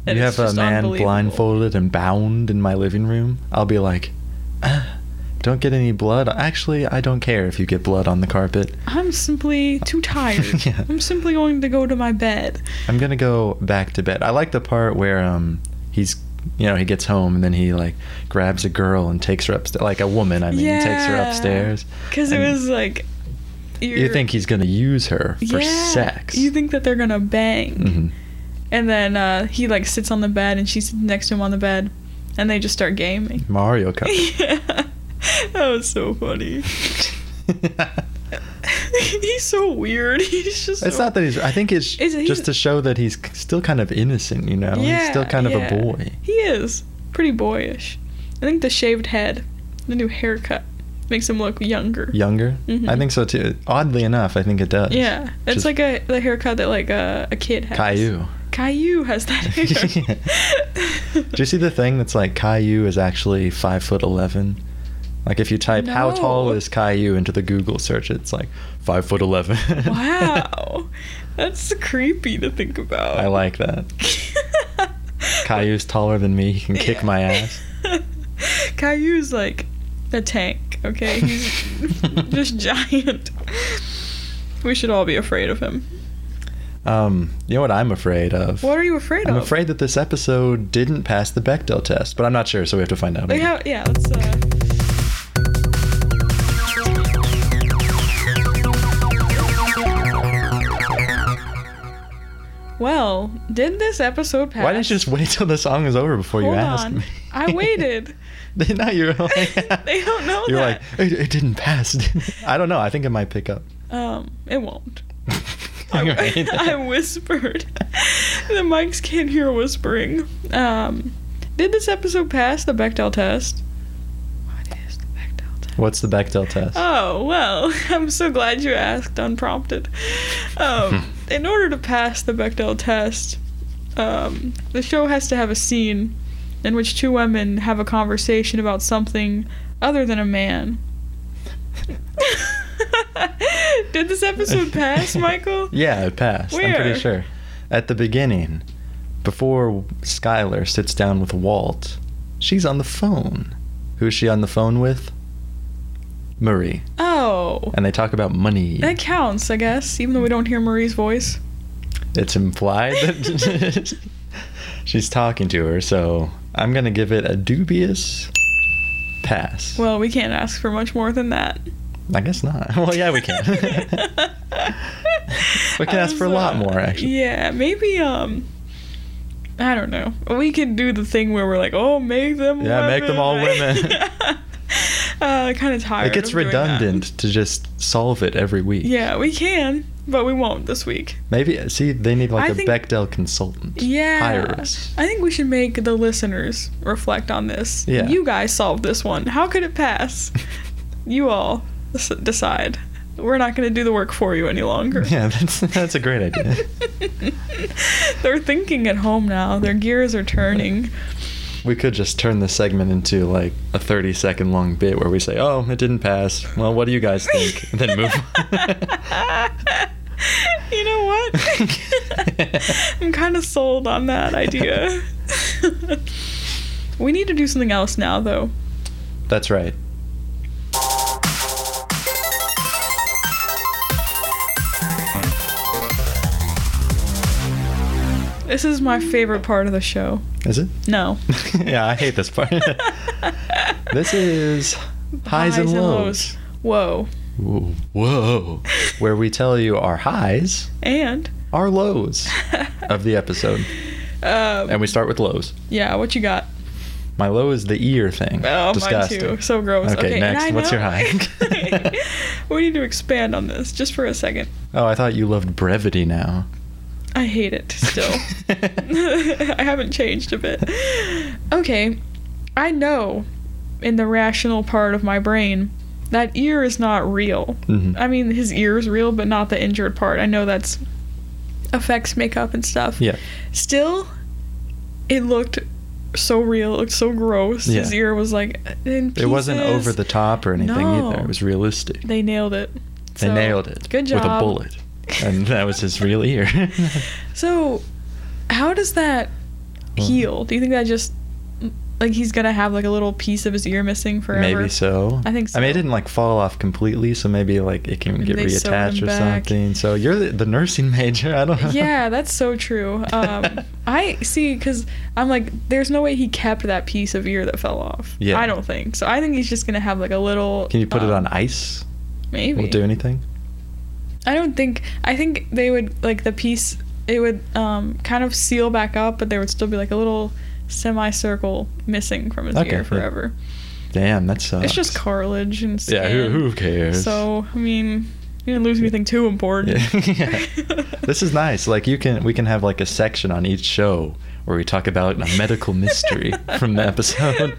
[SPEAKER 2] that
[SPEAKER 1] You
[SPEAKER 2] it's
[SPEAKER 1] have a
[SPEAKER 2] just
[SPEAKER 1] man
[SPEAKER 2] unbelievable.
[SPEAKER 1] blindfolded and bound in my living room. I'll be like, "Ah, don't get any blood. Actually, I don't care if you get blood on the carpet.
[SPEAKER 2] I'm simply too tired.
[SPEAKER 1] Yeah.
[SPEAKER 2] I'm simply going to go to my bed.
[SPEAKER 1] I'm gonna go back to bed. I like the part where um he's you know he gets home and then he like grabs a girl and takes her upstairs like a woman I mean takes her
[SPEAKER 2] Yeah.
[SPEAKER 1] upstairs
[SPEAKER 2] Because it
[SPEAKER 1] And
[SPEAKER 2] was like.
[SPEAKER 1] you
[SPEAKER 2] you're-
[SPEAKER 1] think he's gonna use her for
[SPEAKER 2] Yeah,
[SPEAKER 1] sex
[SPEAKER 2] You think that they're going to bang.
[SPEAKER 1] hmm
[SPEAKER 2] And then uh, he like sits on the bed and she sits next to him on the bed and they just start gaming.
[SPEAKER 1] Mario Kart
[SPEAKER 2] yeah. That was so funny. he's so weird. He's just.
[SPEAKER 1] it's
[SPEAKER 2] so-
[SPEAKER 1] not that he's I think it's
[SPEAKER 2] Is it-
[SPEAKER 1] just
[SPEAKER 2] he's-
[SPEAKER 1] to show that he's c- still kind of innocent you know he's still kind
[SPEAKER 2] yeah.
[SPEAKER 1] of a boy
[SPEAKER 2] He is pretty boyish. I think the shaved head, the new haircut, makes him look younger.
[SPEAKER 1] younger
[SPEAKER 2] Mhm.
[SPEAKER 1] I think so too oddly enough I think it does
[SPEAKER 2] Yeah, it's
[SPEAKER 1] Just-
[SPEAKER 2] like a the haircut that like a, a kid has.
[SPEAKER 1] Caillou
[SPEAKER 2] Caillou has that hair.
[SPEAKER 1] Do you see the thing that's like Caillou is actually five foot eleven? Like if you type how tall
[SPEAKER 2] No.
[SPEAKER 1] is Caillou into the Google search, it's like five foot eleven.
[SPEAKER 2] wow, that's creepy to think about.
[SPEAKER 1] I like that. Caillou's taller than me. He can kick my ass.
[SPEAKER 2] Caillou's like a tank. Okay, he's just giant. We should all be afraid of him.
[SPEAKER 1] Um, you know what I'm afraid of?
[SPEAKER 2] What are you afraid
[SPEAKER 1] I'm
[SPEAKER 2] of?
[SPEAKER 1] afraid that this episode didn't pass the Bechdel test, but I'm not sure, so we have to find out.
[SPEAKER 2] Like how? Yeah. Let's. Uh, well, did this episode pass?
[SPEAKER 1] Why didn't you just wait till the song is over before
[SPEAKER 2] Hold
[SPEAKER 1] you asked
[SPEAKER 2] on.
[SPEAKER 1] me?
[SPEAKER 2] I waited.
[SPEAKER 1] now you're like,
[SPEAKER 2] They don't know
[SPEAKER 1] You're
[SPEAKER 2] that.
[SPEAKER 1] like, it, it didn't pass. didn't it?" I don't know. I think it might pick up.
[SPEAKER 2] Um, it won't.
[SPEAKER 1] You're
[SPEAKER 2] I,
[SPEAKER 1] right.
[SPEAKER 2] I whispered. the mics can't hear whispering. Um, did this episode pass the Bechdel test? What is the Bechdel test?
[SPEAKER 1] What's the Bechdel test?
[SPEAKER 2] Oh, well, I'm so glad you asked unprompted. Um,
[SPEAKER 1] Hmm.
[SPEAKER 2] in order to pass the Bechdel test, um, the show has to have a scene in which two women have a conversation about something other than a man. Did this episode pass, Michael?
[SPEAKER 1] yeah, it passed. I'm
[SPEAKER 2] Where?
[SPEAKER 1] pretty sure. At the beginning, before Skylar sits down with Walt, she's on the phone. Who's she on the phone with? Marie.
[SPEAKER 2] Oh.
[SPEAKER 1] And they talk about money.
[SPEAKER 2] That counts, I guess, even though we don't hear Marie's voice.
[SPEAKER 1] It's implied that she's talking to her, so I'm going to give it a dubious pass.
[SPEAKER 2] Well, we can't ask for much more than that.
[SPEAKER 1] I guess not. Well, yeah, we can. we can ask for a lot more, actually.
[SPEAKER 2] Yeah, maybe um I don't know. We could do the thing where we're like, "Oh, make them
[SPEAKER 1] Yeah,
[SPEAKER 2] women.
[SPEAKER 1] make them all women.
[SPEAKER 2] uh kind of tired.
[SPEAKER 1] It gets
[SPEAKER 2] of doing that.
[SPEAKER 1] redundant to just solve it every week.
[SPEAKER 2] Yeah, we can, but we won't this week.
[SPEAKER 1] Maybe see they need like
[SPEAKER 2] I
[SPEAKER 1] a
[SPEAKER 2] think-
[SPEAKER 1] Bechdel consultant.
[SPEAKER 2] Yeah.
[SPEAKER 1] Hire us.
[SPEAKER 2] I think we should make the listeners reflect on this.
[SPEAKER 1] Yeah.
[SPEAKER 2] You guys solved this one. How could it pass? you all s- decide. We're not going to do the work for you any longer.
[SPEAKER 1] Yeah, that's that's a great idea.
[SPEAKER 2] They're thinking at home now. Their gears are turning.
[SPEAKER 1] we could just turn this segment into like a thirty second long bit where we say, "Oh, it didn't pass. Well, what do you guys think?" And then move. on.
[SPEAKER 2] you know what? I'm kind of sold on that idea. we need to do something else now, though.
[SPEAKER 1] that's right.
[SPEAKER 2] This is my favorite part of the show.
[SPEAKER 1] Is it?
[SPEAKER 2] No.
[SPEAKER 1] yeah, I hate this part. this is highs, and lows.
[SPEAKER 2] Whoa.
[SPEAKER 1] Whoa, where we tell you our highs,
[SPEAKER 2] And
[SPEAKER 1] our lows of the episode.
[SPEAKER 2] Um,
[SPEAKER 1] And we start with lows.
[SPEAKER 2] yeah, what you got?
[SPEAKER 1] My low is the ear thing.
[SPEAKER 2] Oh,
[SPEAKER 1] Disgusting.
[SPEAKER 2] mine too. So gross.
[SPEAKER 1] Okay,
[SPEAKER 2] Okay, and
[SPEAKER 1] next.
[SPEAKER 2] I
[SPEAKER 1] What's your
[SPEAKER 2] know-
[SPEAKER 1] high?
[SPEAKER 2] we need to expand on this just for a second.
[SPEAKER 1] Oh, I thought you loved brevity now.
[SPEAKER 2] I hate it still. I haven't changed a bit. Okay, I know in the rational part of my brain that ear is not real.
[SPEAKER 1] Mhm.
[SPEAKER 2] I mean, his ear is real, but not the injured part. I know that's effects, makeup, and stuff.
[SPEAKER 1] Yeah.
[SPEAKER 2] Still, it looked so real. It looked so gross. His
[SPEAKER 1] Yeah.
[SPEAKER 2] ear was like in
[SPEAKER 1] It wasn't
[SPEAKER 2] pieces.
[SPEAKER 1] over the top or anything
[SPEAKER 2] No.
[SPEAKER 1] either. It was realistic.
[SPEAKER 2] They nailed it.
[SPEAKER 1] They
[SPEAKER 2] So,
[SPEAKER 1] nailed it.
[SPEAKER 2] Good job.
[SPEAKER 1] With a bullet. And that was his real ear.
[SPEAKER 2] So, how does that
[SPEAKER 1] Well-
[SPEAKER 2] heal? Do you think that just like he's gonna have like a little piece of his ear missing forever?
[SPEAKER 1] Maybe so.
[SPEAKER 2] I think
[SPEAKER 1] I mean, it
[SPEAKER 2] so.
[SPEAKER 1] didn't like fall off completely, so maybe like it can
[SPEAKER 2] Maybe
[SPEAKER 1] get
[SPEAKER 2] they sewed
[SPEAKER 1] reattached
[SPEAKER 2] him
[SPEAKER 1] or
[SPEAKER 2] back.
[SPEAKER 1] something. So you're the, the nursing major. I don't know.
[SPEAKER 2] Yeah, that's so true. Um, I see, because I'm like, there's no way he kept that piece of ear that fell off.
[SPEAKER 1] Yeah.
[SPEAKER 2] I don't think so. I think he's just gonna have like a little.
[SPEAKER 1] Can you put it
[SPEAKER 2] um,
[SPEAKER 1] on ice?
[SPEAKER 2] Maybe.
[SPEAKER 1] Will it do anything?
[SPEAKER 2] I don't think. I think they would like the piece. It would um, kind of seal back up, but there would still be like a little semicircle missing from his
[SPEAKER 1] Okay, yeah.
[SPEAKER 2] ear forever.
[SPEAKER 1] Damn, that sucks.
[SPEAKER 2] It's just cartilage and skin.
[SPEAKER 1] Yeah, who, who cares?
[SPEAKER 2] So I mean, you didn't lose anything too important.
[SPEAKER 1] Yeah. this is nice. Like you can we can have like a section on each show where we talk about a medical mystery from the episode.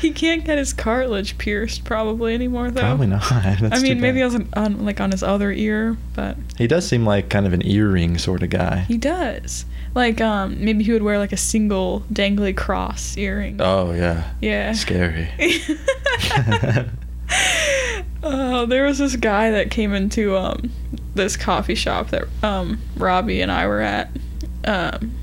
[SPEAKER 2] He can't get his cartilage pierced probably anymore though.
[SPEAKER 1] Probably not. That's
[SPEAKER 2] I
[SPEAKER 1] too
[SPEAKER 2] mean, maybe
[SPEAKER 1] bad.
[SPEAKER 2] on, on like on his other ear, but
[SPEAKER 1] He does seem like kind of an earring sort of guy.
[SPEAKER 2] he does. Like um, maybe he would wear like a single dangly cross earring.
[SPEAKER 1] Oh yeah.
[SPEAKER 2] yeah.
[SPEAKER 1] Scary.
[SPEAKER 2] Oh, there was this guy that came into um this coffee shop that um Robbie and I were at. Um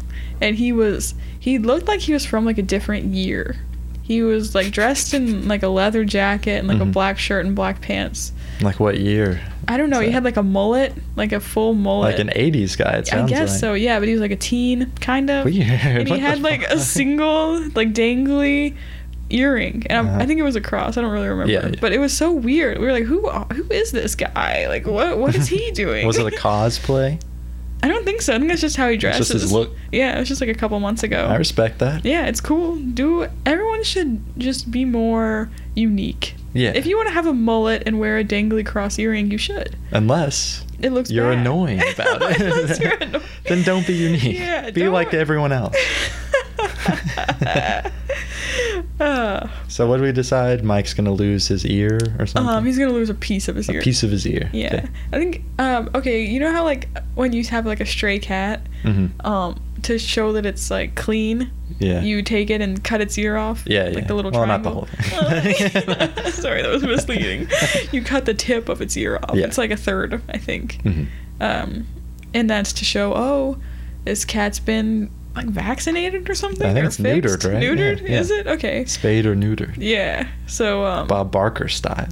[SPEAKER 2] and he was he looked like he was from like a different year. He was like dressed in like a leather jacket and like a
[SPEAKER 1] Mhm.
[SPEAKER 2] black shirt and black pants.
[SPEAKER 1] like what year?
[SPEAKER 2] I don't know,
[SPEAKER 1] Is
[SPEAKER 2] he
[SPEAKER 1] that?
[SPEAKER 2] had like a mullet, like a full mullet.
[SPEAKER 1] Like an '80s guy. It
[SPEAKER 2] I
[SPEAKER 1] sounds
[SPEAKER 2] guess
[SPEAKER 1] like.
[SPEAKER 2] so, yeah, but he was like a teen, kind of.
[SPEAKER 1] Weird.
[SPEAKER 2] And he
[SPEAKER 1] What the
[SPEAKER 2] had like a
[SPEAKER 1] fuck?
[SPEAKER 2] single, like dangly earring, and I'm-
[SPEAKER 1] Uh-huh.
[SPEAKER 2] I think it was a cross. I don't really remember,
[SPEAKER 1] Yeah, yeah.
[SPEAKER 2] but it was so weird. We were like, who, are- who is this guy? Like, what, what is he doing?
[SPEAKER 1] Was it a cosplay?
[SPEAKER 2] I don't think so. I think that's just how he
[SPEAKER 1] It's
[SPEAKER 2] dresses.
[SPEAKER 1] just his look.
[SPEAKER 2] Yeah, it was just like a couple months ago.
[SPEAKER 1] I respect that.
[SPEAKER 2] yeah, it's cool. Do everyone should just be more unique.
[SPEAKER 1] Yeah.
[SPEAKER 2] If you want to have a mullet and wear a dangly cross earring, you should.
[SPEAKER 1] Unless
[SPEAKER 2] It looks
[SPEAKER 1] you're
[SPEAKER 2] bad.
[SPEAKER 1] annoying about it,
[SPEAKER 2] Unless you're annoying.
[SPEAKER 1] then don't be unique.
[SPEAKER 2] Yeah,
[SPEAKER 1] be like
[SPEAKER 2] don't-
[SPEAKER 1] everyone else.
[SPEAKER 2] Uh,
[SPEAKER 1] So what do we decide? Mike's gonna lose his ear or something?
[SPEAKER 2] um, he's gonna lose a piece of his
[SPEAKER 1] a
[SPEAKER 2] ear.
[SPEAKER 1] piece of his ear.
[SPEAKER 2] Yeah, I think. Um, okay, you know how like when you have like a stray cat,
[SPEAKER 1] hmm
[SPEAKER 2] um, to show that it's like clean,
[SPEAKER 1] Yeah.
[SPEAKER 2] you take it and cut its ear off.
[SPEAKER 1] Yeah,
[SPEAKER 2] like
[SPEAKER 1] yeah.
[SPEAKER 2] the little
[SPEAKER 1] Well, not the
[SPEAKER 2] triangle.
[SPEAKER 1] whole thing.
[SPEAKER 2] Oh. Sorry, that was misleading. you cut the tip of its ear off.
[SPEAKER 1] Yeah.
[SPEAKER 2] It's like a third, I think.
[SPEAKER 1] Mhm.
[SPEAKER 2] Um, and that's to show, oh, this cat's been like vaccinated or something.
[SPEAKER 1] I think
[SPEAKER 2] or
[SPEAKER 1] it's
[SPEAKER 2] fixed?
[SPEAKER 1] neutered, right? Yeah,
[SPEAKER 2] Neutered
[SPEAKER 1] yeah.
[SPEAKER 2] is it? Okay.
[SPEAKER 1] Spayed or neutered.
[SPEAKER 2] Yeah. So um,
[SPEAKER 1] Bob Barker style.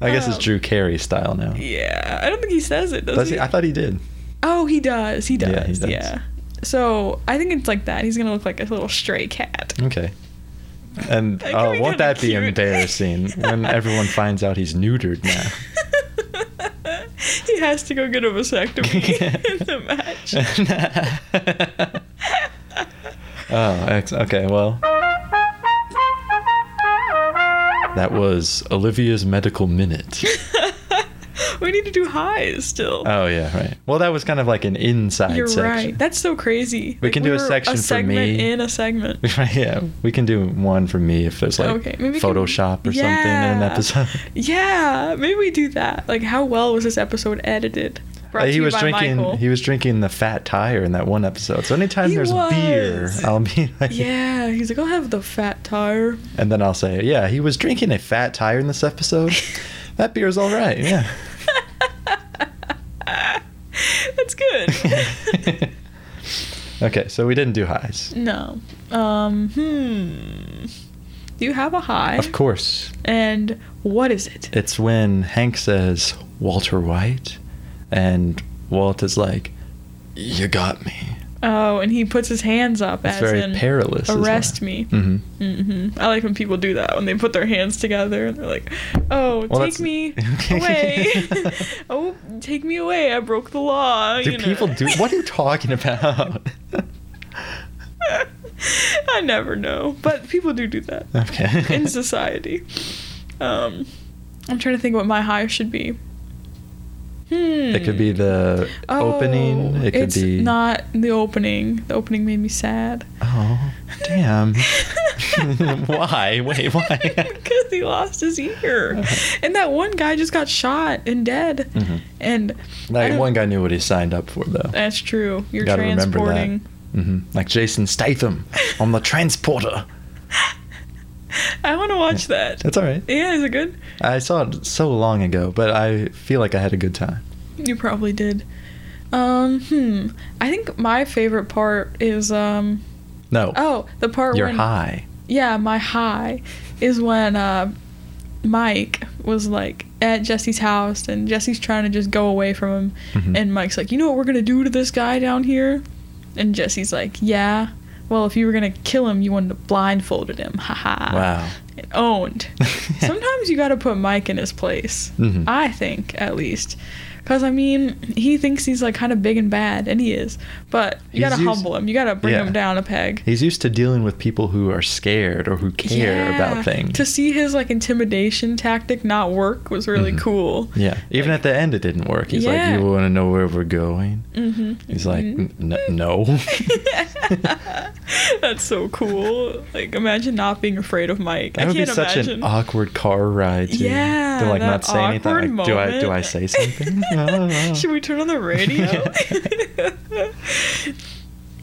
[SPEAKER 1] I guess it's
[SPEAKER 2] Um,
[SPEAKER 1] Drew Carey style now.
[SPEAKER 2] Yeah, I don't think he says it. Does,
[SPEAKER 1] Does
[SPEAKER 2] he?
[SPEAKER 1] he? I thought he did.
[SPEAKER 2] oh, he does. He
[SPEAKER 1] Yeah,
[SPEAKER 2] does.
[SPEAKER 1] he
[SPEAKER 2] Yeah,
[SPEAKER 1] does.
[SPEAKER 2] So I think it's like that. He's gonna look like a little stray cat.
[SPEAKER 1] Okay. And
[SPEAKER 2] That could
[SPEAKER 1] oh,
[SPEAKER 2] be
[SPEAKER 1] won't
[SPEAKER 2] kinda
[SPEAKER 1] that be
[SPEAKER 2] cute.
[SPEAKER 1] embarrassing when everyone finds out he's neutered now?
[SPEAKER 2] he has to go get a vasectomy in the match.
[SPEAKER 1] oh, ex- okay. Well, that was Olivia's medical minute.
[SPEAKER 2] we need to do highs still.
[SPEAKER 1] Oh yeah, right. Well, that was kind of like an inside
[SPEAKER 2] You're
[SPEAKER 1] section.
[SPEAKER 2] right. That's so crazy.
[SPEAKER 1] We can do a
[SPEAKER 2] were
[SPEAKER 1] section
[SPEAKER 2] a
[SPEAKER 1] for
[SPEAKER 2] segment
[SPEAKER 1] me.
[SPEAKER 2] in a segment.
[SPEAKER 1] Right, yeah, we can do one for me if there's like
[SPEAKER 2] Okay, maybe we can-
[SPEAKER 1] Photoshop or something in an
[SPEAKER 2] Yeah.
[SPEAKER 1] episode.
[SPEAKER 2] Yeah, maybe we do that. Like, how well was this episode edited? Brought
[SPEAKER 1] Uh,
[SPEAKER 2] to
[SPEAKER 1] he
[SPEAKER 2] you
[SPEAKER 1] was
[SPEAKER 2] by
[SPEAKER 1] drinking.
[SPEAKER 2] Michael.
[SPEAKER 1] He was drinking the fat tire in that one episode. So anytime
[SPEAKER 2] He
[SPEAKER 1] there's beer,
[SPEAKER 2] was.
[SPEAKER 1] I'll be like,
[SPEAKER 2] Yeah, he's like, I'll have the fat tire.
[SPEAKER 1] and then I'll say, yeah, he was drinking a fat tire in this episode. that beer's all right. Yeah.
[SPEAKER 2] That's good. Mm-hmm.
[SPEAKER 1] okay, so we didn't do highs.
[SPEAKER 2] no. Um, hmm. Do you have a high?
[SPEAKER 1] Of course,
[SPEAKER 2] And what is it?
[SPEAKER 1] it's when Hank says Walter White, and Walt is like, "You got me."
[SPEAKER 2] Oh, and he puts his hands up
[SPEAKER 1] It's
[SPEAKER 2] as
[SPEAKER 1] very
[SPEAKER 2] in
[SPEAKER 1] perilous. is why.
[SPEAKER 2] arrest me.
[SPEAKER 1] Mhm.
[SPEAKER 2] hmm I like when people do that when they put their hands together and they're like, "Oh,
[SPEAKER 1] Well, that's-
[SPEAKER 2] take me
[SPEAKER 1] Okay.
[SPEAKER 2] away! oh, take me away! I broke the law."
[SPEAKER 1] Do
[SPEAKER 2] you know.
[SPEAKER 1] people do? What are you talking about?
[SPEAKER 2] I never know, but people do do that
[SPEAKER 1] okay.
[SPEAKER 2] in society. Um, I'm trying to think what my high should be. Hmm.
[SPEAKER 1] It could be the opening.
[SPEAKER 2] Oh,
[SPEAKER 1] It could
[SPEAKER 2] it's
[SPEAKER 1] be.
[SPEAKER 2] not the opening. The opening made me sad.
[SPEAKER 1] Oh, damn. Why? Wait, why?
[SPEAKER 2] Because he lost his ear,
[SPEAKER 1] Okay.
[SPEAKER 2] and that one guy just got shot and dead.
[SPEAKER 1] Mhm.
[SPEAKER 2] And I
[SPEAKER 1] Like
[SPEAKER 2] don't- Uh,
[SPEAKER 1] one guy knew what he signed up for, though.
[SPEAKER 2] That's true. You're
[SPEAKER 1] Gotta remember that.
[SPEAKER 2] transporting.
[SPEAKER 1] hmm Like Jason Statham. I'm the transporter.
[SPEAKER 2] I want to watch that.
[SPEAKER 1] That's all right.
[SPEAKER 2] Yeah, is it good?
[SPEAKER 1] I saw it so long ago, but I feel like I had a good time.
[SPEAKER 2] You probably did. Um, hmm. I think my favorite part is um.
[SPEAKER 1] No.
[SPEAKER 2] Oh, the part
[SPEAKER 1] You're
[SPEAKER 2] when
[SPEAKER 1] high.
[SPEAKER 2] yeah, my high is when uh, Mike was like at Jesse's house, and Jesse's trying to just go away from him,
[SPEAKER 1] Mhm.
[SPEAKER 2] and Mike's like, you know what we're gonna do to this guy down here, and Jesse's like, yeah. Well, if you were gonna kill him, you wouldn't have blindfolded him. Haha.
[SPEAKER 1] Wow.
[SPEAKER 2] And owned. Sometimes you gotta put Mike in his place.
[SPEAKER 1] Mhm.
[SPEAKER 2] I think, at least. Because, I mean, he thinks he's like kind of big and bad, and he is. But
[SPEAKER 1] He's
[SPEAKER 2] you gotta
[SPEAKER 1] used-
[SPEAKER 2] humble him. You gotta bring
[SPEAKER 1] Yeah.
[SPEAKER 2] him down a peg.
[SPEAKER 1] He's used to dealing with people who are scared or who care
[SPEAKER 2] Yeah.
[SPEAKER 1] about things.
[SPEAKER 2] To see his like intimidation tactic not work was really
[SPEAKER 1] Mhm.
[SPEAKER 2] cool.
[SPEAKER 1] Yeah. Even at the end, it didn't work. He's
[SPEAKER 2] Yeah.
[SPEAKER 1] like, "You want to know where we're going?"
[SPEAKER 2] Mm-hmm.
[SPEAKER 1] He's like, "N- n- "No."
[SPEAKER 2] That's so cool. Like, imagine not being afraid of Mike.
[SPEAKER 1] That
[SPEAKER 2] I
[SPEAKER 1] would be
[SPEAKER 2] can't
[SPEAKER 1] such
[SPEAKER 2] imagine.
[SPEAKER 1] an awkward car ride. Too.
[SPEAKER 2] Yeah,
[SPEAKER 1] To like
[SPEAKER 2] that
[SPEAKER 1] not say anything.
[SPEAKER 2] awkward
[SPEAKER 1] Like, do I do I
[SPEAKER 2] moment.
[SPEAKER 1] say something? Oh, I don't know.
[SPEAKER 2] Should we turn on the radio?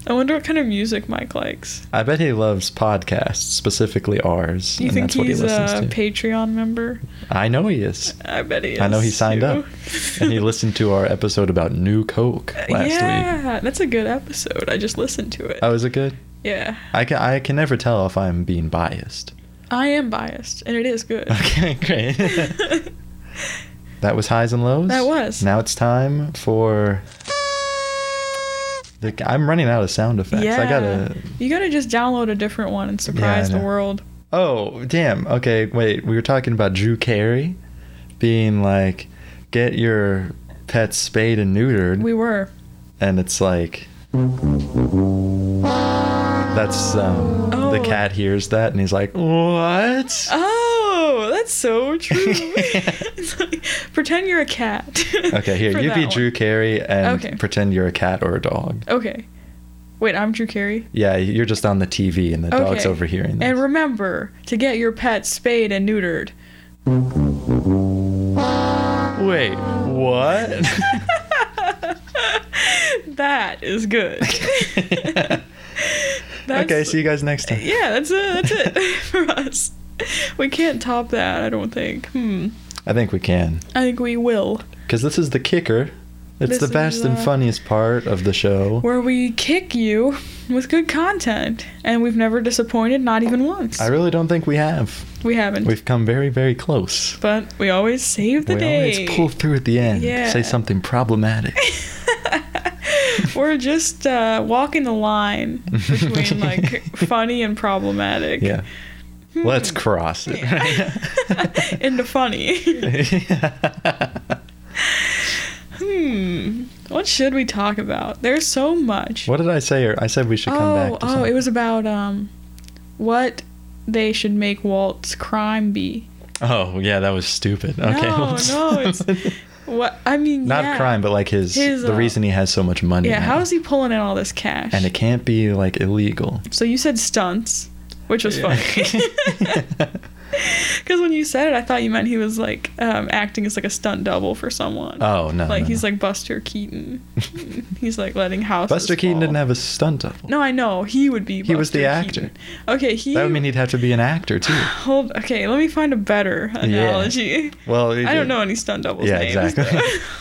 [SPEAKER 2] I wonder what kind of music Mike likes.
[SPEAKER 1] I bet he loves podcasts, specifically ours.
[SPEAKER 2] Do you
[SPEAKER 1] and
[SPEAKER 2] think
[SPEAKER 1] that's what he
[SPEAKER 2] he's uh,
[SPEAKER 1] listens
[SPEAKER 2] a
[SPEAKER 1] to.
[SPEAKER 2] Patreon member?
[SPEAKER 1] I know he is.
[SPEAKER 2] I bet he is.
[SPEAKER 1] I know he signed
[SPEAKER 2] too.
[SPEAKER 1] up. And he listened to our episode about New Coke last week.
[SPEAKER 2] Uh, yeah, that's a good episode. I just listened to it.
[SPEAKER 1] Oh, is it good?
[SPEAKER 2] Yeah.
[SPEAKER 1] I can, I can never tell if I'm being biased.
[SPEAKER 2] I am biased, and it is good.
[SPEAKER 1] Okay, great. that was highs and lows.
[SPEAKER 2] That was.
[SPEAKER 1] Now it's time for. The, I'm running out of sound effects.
[SPEAKER 2] yeah.
[SPEAKER 1] I gotta.
[SPEAKER 2] You gotta just download a different one and surprise the
[SPEAKER 1] know.
[SPEAKER 2] world.
[SPEAKER 1] Oh, damn. Okay, wait. We were talking about Drew Carey being like, get your pet spayed and neutered.
[SPEAKER 2] We were.
[SPEAKER 1] and it's like. That's um, the
[SPEAKER 2] Oh.
[SPEAKER 1] cat hears that and he's like, "What?"
[SPEAKER 2] Oh, that's so true. It's like, Pretend you're a cat.
[SPEAKER 1] Okay, here
[SPEAKER 2] For
[SPEAKER 1] you
[SPEAKER 2] that
[SPEAKER 1] be
[SPEAKER 2] one.
[SPEAKER 1] Drew Carey and
[SPEAKER 2] Okay.
[SPEAKER 1] pretend you're a cat or a dog.
[SPEAKER 2] Okay. Wait, I'm Drew Carey.
[SPEAKER 1] Yeah, you're just on the TV and the dog's
[SPEAKER 2] Okay.
[SPEAKER 1] overhearing this.
[SPEAKER 2] And remember to get your pet spayed and neutered.
[SPEAKER 1] Wait, what?
[SPEAKER 2] That is good. That's-
[SPEAKER 1] okay, see you guys next time.
[SPEAKER 2] Yeah, that's it. That's it for us. We can't top that, I don't think. Hmm.
[SPEAKER 1] I think we can.
[SPEAKER 2] I think we will.
[SPEAKER 1] Because this is the kicker. It's
[SPEAKER 2] This
[SPEAKER 1] the
[SPEAKER 2] is,
[SPEAKER 1] best and
[SPEAKER 2] uh,
[SPEAKER 1] funniest part of the show.
[SPEAKER 2] where we kick you with good content, and we've never disappointed, not even once.
[SPEAKER 1] I really don't think we have.
[SPEAKER 2] we haven't,
[SPEAKER 1] We've come very, very close.
[SPEAKER 2] but we always save the
[SPEAKER 1] we
[SPEAKER 2] day.
[SPEAKER 1] always pull through at the end.
[SPEAKER 2] Yeah.
[SPEAKER 1] Say something problematic.
[SPEAKER 2] We're just uh, walking the line between like funny and problematic. Hmm,
[SPEAKER 1] yeah. Let's cross it.
[SPEAKER 2] into funny. hmm. What should we talk about? There's so much.
[SPEAKER 1] what did I say? I said we should come
[SPEAKER 2] oh,
[SPEAKER 1] back to
[SPEAKER 2] oh,
[SPEAKER 1] something.
[SPEAKER 2] it was about um, what they should make Walt's crime be.
[SPEAKER 1] Oh yeah, that was stupid. Okay.
[SPEAKER 2] No,
[SPEAKER 1] let's-
[SPEAKER 2] no, it's- What I mean,
[SPEAKER 1] not
[SPEAKER 2] yeah.
[SPEAKER 1] crime, but like his,
[SPEAKER 2] His,
[SPEAKER 1] the
[SPEAKER 2] uh,
[SPEAKER 1] reason he has so much money.
[SPEAKER 2] Yeah,
[SPEAKER 1] now.
[SPEAKER 2] how is he pulling in all this cash?
[SPEAKER 1] and it can't be like illegal.
[SPEAKER 2] so you said stunts, which was
[SPEAKER 1] Yeah.
[SPEAKER 2] funny. Because when you said it, I thought you meant he was like um, acting as like a stunt double for someone.
[SPEAKER 1] oh no.
[SPEAKER 2] like
[SPEAKER 1] no,
[SPEAKER 2] he's
[SPEAKER 1] no.
[SPEAKER 2] like Buster Keaton. he's like letting houses.
[SPEAKER 1] Buster Keaton
[SPEAKER 2] fall.
[SPEAKER 1] didn't have a stunt double.
[SPEAKER 2] No, I know he would be.
[SPEAKER 1] He was
[SPEAKER 2] Buster
[SPEAKER 1] the
[SPEAKER 2] Keaton.
[SPEAKER 1] actor.
[SPEAKER 2] Okay, he.
[SPEAKER 1] That would mean he'd have to be an actor too.
[SPEAKER 2] Hold. Okay, let me find a better analogy.
[SPEAKER 1] Well,
[SPEAKER 2] I don't know any stunt doubles.
[SPEAKER 1] Yeah,
[SPEAKER 2] names,
[SPEAKER 1] exactly.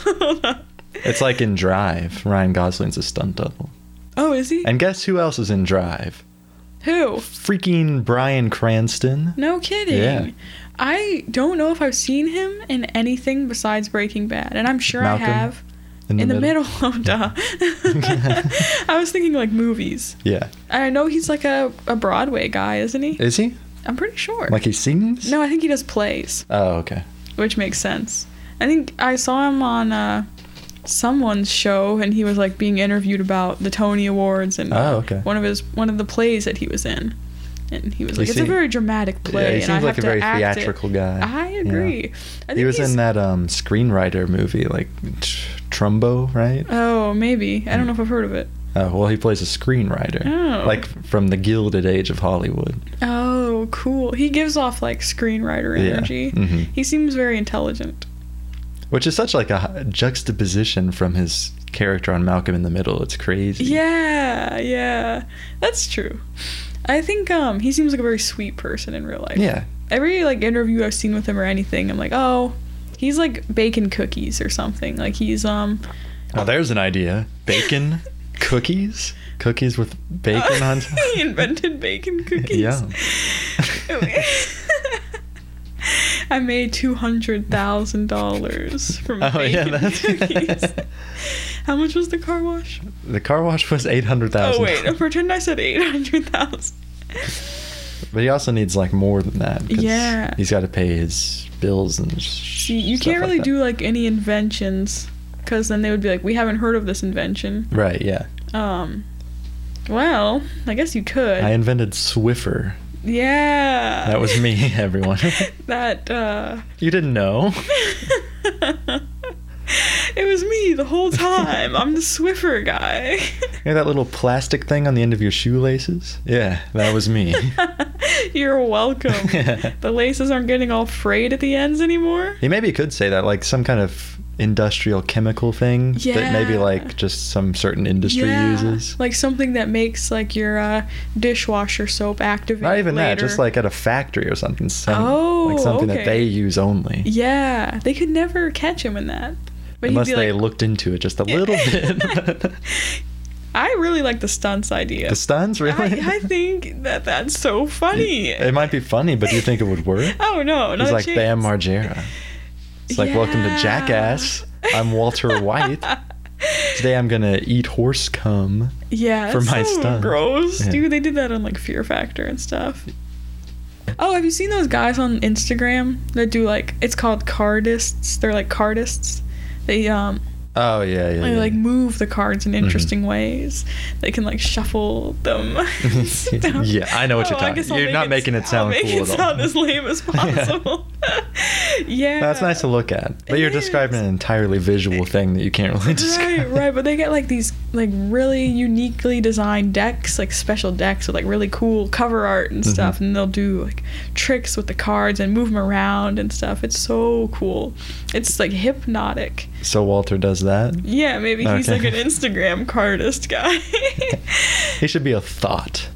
[SPEAKER 2] though. Hold on.
[SPEAKER 1] It's like in Drive. Ryan Gosling's a stunt double.
[SPEAKER 2] Oh, is he?
[SPEAKER 1] And guess who else is in Drive?
[SPEAKER 2] Who?
[SPEAKER 1] Freaking Brian Cranston.
[SPEAKER 2] No kidding.
[SPEAKER 1] Yeah.
[SPEAKER 2] I don't know if I've seen him in anything besides Breaking Bad, and I'm sure
[SPEAKER 1] Malcolm.
[SPEAKER 2] I have. in, the, middle. Oh, duh. I was thinking like movies.
[SPEAKER 1] Yeah.
[SPEAKER 2] I know he's like a, a Broadway guy, isn't he?
[SPEAKER 1] Is he?
[SPEAKER 2] I'm pretty sure.
[SPEAKER 1] Like he sings?
[SPEAKER 2] no, I think he does plays,
[SPEAKER 1] Oh, okay.
[SPEAKER 2] which makes sense. I think I saw him on uh, someone's show, and he was like being interviewed about the Tony Awards and
[SPEAKER 1] Oh, okay.
[SPEAKER 2] one of his one of the plays that he was in, and he was
[SPEAKER 1] He
[SPEAKER 2] like, "It's a
[SPEAKER 1] seem-
[SPEAKER 2] very dramatic play."
[SPEAKER 1] yeah, he
[SPEAKER 2] and I
[SPEAKER 1] seems like
[SPEAKER 2] have
[SPEAKER 1] a
[SPEAKER 2] to
[SPEAKER 1] very
[SPEAKER 2] act it."
[SPEAKER 1] theatrical guy.
[SPEAKER 2] I
[SPEAKER 1] Yeah.
[SPEAKER 2] agree. I think
[SPEAKER 1] He was
[SPEAKER 2] he's-
[SPEAKER 1] in that um screenwriter movie, like tr- Trumbo, right?
[SPEAKER 2] Oh, maybe. I don't know if I've heard of it.
[SPEAKER 1] Oh, well, he plays a screenwriter,
[SPEAKER 2] Oh.
[SPEAKER 1] like from the Gilded Age of Hollywood.
[SPEAKER 2] Oh, cool. He gives off like screenwriter
[SPEAKER 1] Yeah.
[SPEAKER 2] energy.
[SPEAKER 1] Mhm.
[SPEAKER 2] He seems very intelligent.
[SPEAKER 1] Which is such like a h- juxtaposition from his character on Malcolm in the Middle. It's crazy.
[SPEAKER 2] Yeah, yeah. That's true. I think um he seems like a very sweet person in real life.
[SPEAKER 1] Yeah.
[SPEAKER 2] Every like interview I've seen with him or anything, I'm like, "Oh, he's like baking cookies or something." Like he's um
[SPEAKER 1] Now there's an idea. Bacon, cookies, cookies with bacon on. top.
[SPEAKER 2] he invented bacon cookies.
[SPEAKER 1] Yeah.
[SPEAKER 2] I made two hundred thousand dollars from
[SPEAKER 1] Oh, yeah,
[SPEAKER 2] bacon
[SPEAKER 1] that's-
[SPEAKER 2] cookies. How much was the car wash?
[SPEAKER 1] The car wash was eight hundred thousand.
[SPEAKER 2] Oh wait, I pretend I said eight hundred thousand.
[SPEAKER 1] But he also needs like more than that. 'cause
[SPEAKER 2] Yeah.
[SPEAKER 1] He's got to pay his bills and. sh-
[SPEAKER 2] See, you
[SPEAKER 1] stuff
[SPEAKER 2] can't
[SPEAKER 1] like
[SPEAKER 2] really
[SPEAKER 1] that.
[SPEAKER 2] do like any inventions, because then they would be like, we haven't heard of this invention.
[SPEAKER 1] Right. Yeah.
[SPEAKER 2] Um, well, I guess you could.
[SPEAKER 1] I invented Swiffer.
[SPEAKER 2] yeah.
[SPEAKER 1] That was me, everyone.
[SPEAKER 2] that uh.
[SPEAKER 1] You didn't know.
[SPEAKER 2] it was me the whole time. I'm the Swiffer guy.
[SPEAKER 1] You know that little plastic thing on the end of your shoelaces? Yeah, that was me.
[SPEAKER 2] You're welcome. the laces aren't getting all frayed at the ends anymore.
[SPEAKER 1] you maybe could say that, like some kind of industrial chemical thing that maybe
[SPEAKER 2] Yeah.
[SPEAKER 1] like just some certain industry uses.
[SPEAKER 2] Like something that makes like your uh, dishwasher soap activate.
[SPEAKER 1] Not even that,
[SPEAKER 2] later.
[SPEAKER 1] just like at a factory or something. Some, like
[SPEAKER 2] Oh,
[SPEAKER 1] something that
[SPEAKER 2] okay.
[SPEAKER 1] they use only.
[SPEAKER 2] Yeah, they could never catch him in that. But
[SPEAKER 1] Unless
[SPEAKER 2] he'd be
[SPEAKER 1] they
[SPEAKER 2] like,
[SPEAKER 1] looked into it just a little bit.
[SPEAKER 2] I really like the stunts idea.
[SPEAKER 1] the stunts, really?
[SPEAKER 2] I, I think that that's so funny.
[SPEAKER 1] It might be funny, but do you think it would work?
[SPEAKER 2] Oh no, not
[SPEAKER 1] He's
[SPEAKER 2] a
[SPEAKER 1] like
[SPEAKER 2] chance.
[SPEAKER 1] Bam Margera. It's like, welcome to
[SPEAKER 2] Yeah.
[SPEAKER 1] Jackass. I'm Walter White. Today I'm gonna eat horse cum.
[SPEAKER 2] yeah,
[SPEAKER 1] for
[SPEAKER 2] that's
[SPEAKER 1] my
[SPEAKER 2] so
[SPEAKER 1] stunt.
[SPEAKER 2] Gross,
[SPEAKER 1] Yeah.
[SPEAKER 2] dude. They did that on like Fear Factor and stuff. Oh, have you seen those guys on Instagram that do like it's called cardists? They're like cardists. They um
[SPEAKER 1] Oh yeah, yeah.
[SPEAKER 2] they
[SPEAKER 1] yeah. Mm-hmm.
[SPEAKER 2] like move the cards in interesting ways. They can like shuffle them. and stuff.
[SPEAKER 1] Yeah, I know what you're
[SPEAKER 2] I
[SPEAKER 1] talking-
[SPEAKER 2] guess I'll
[SPEAKER 1] you're
[SPEAKER 2] make
[SPEAKER 1] not making it sound
[SPEAKER 2] I'll make
[SPEAKER 1] cool at
[SPEAKER 2] it
[SPEAKER 1] all.
[SPEAKER 2] sound as lame as possible. yeah,
[SPEAKER 1] That's nice to look at, but
[SPEAKER 2] It
[SPEAKER 1] you're describing
[SPEAKER 2] is.
[SPEAKER 1] an entirely visual thing that you can't really
[SPEAKER 2] Right,
[SPEAKER 1] describe.
[SPEAKER 2] right, but they get like these like really uniquely designed decks, like special decks with like really cool cover art
[SPEAKER 1] Mm-hmm.
[SPEAKER 2] and stuff, and they'll do like tricks with the cards and move them around and stuff. It's so cool. It's like hypnotic.
[SPEAKER 1] So Walter does that.
[SPEAKER 2] Yeah, maybe he's
[SPEAKER 1] Okay.
[SPEAKER 2] like an Instagram cardist guy.
[SPEAKER 1] He should be a thought,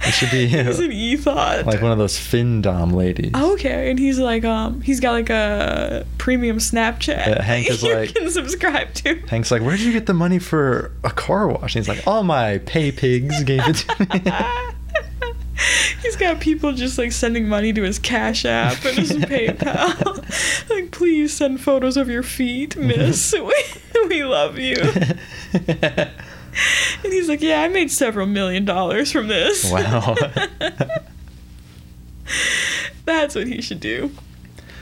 [SPEAKER 1] It should be, you
[SPEAKER 2] He's
[SPEAKER 1] know,
[SPEAKER 2] an ethot.
[SPEAKER 1] like one of those fin dom ladies.
[SPEAKER 2] Okay, and he's like, um, he's got like a premium Snapchat.
[SPEAKER 1] Yeah, Hank is
[SPEAKER 2] you
[SPEAKER 1] like-
[SPEAKER 2] can subscribe to.
[SPEAKER 1] Hank's like, where did you get the money for a car wash? And he's like, all my pay pigs gave it to me.
[SPEAKER 2] He's got people just like sending money to his Cash App and his PayPal. like, please send photos of your feet, miss. we, we love you. And he's like, yeah, I made several million dollars from this.
[SPEAKER 1] Wow.
[SPEAKER 2] That's what he should do.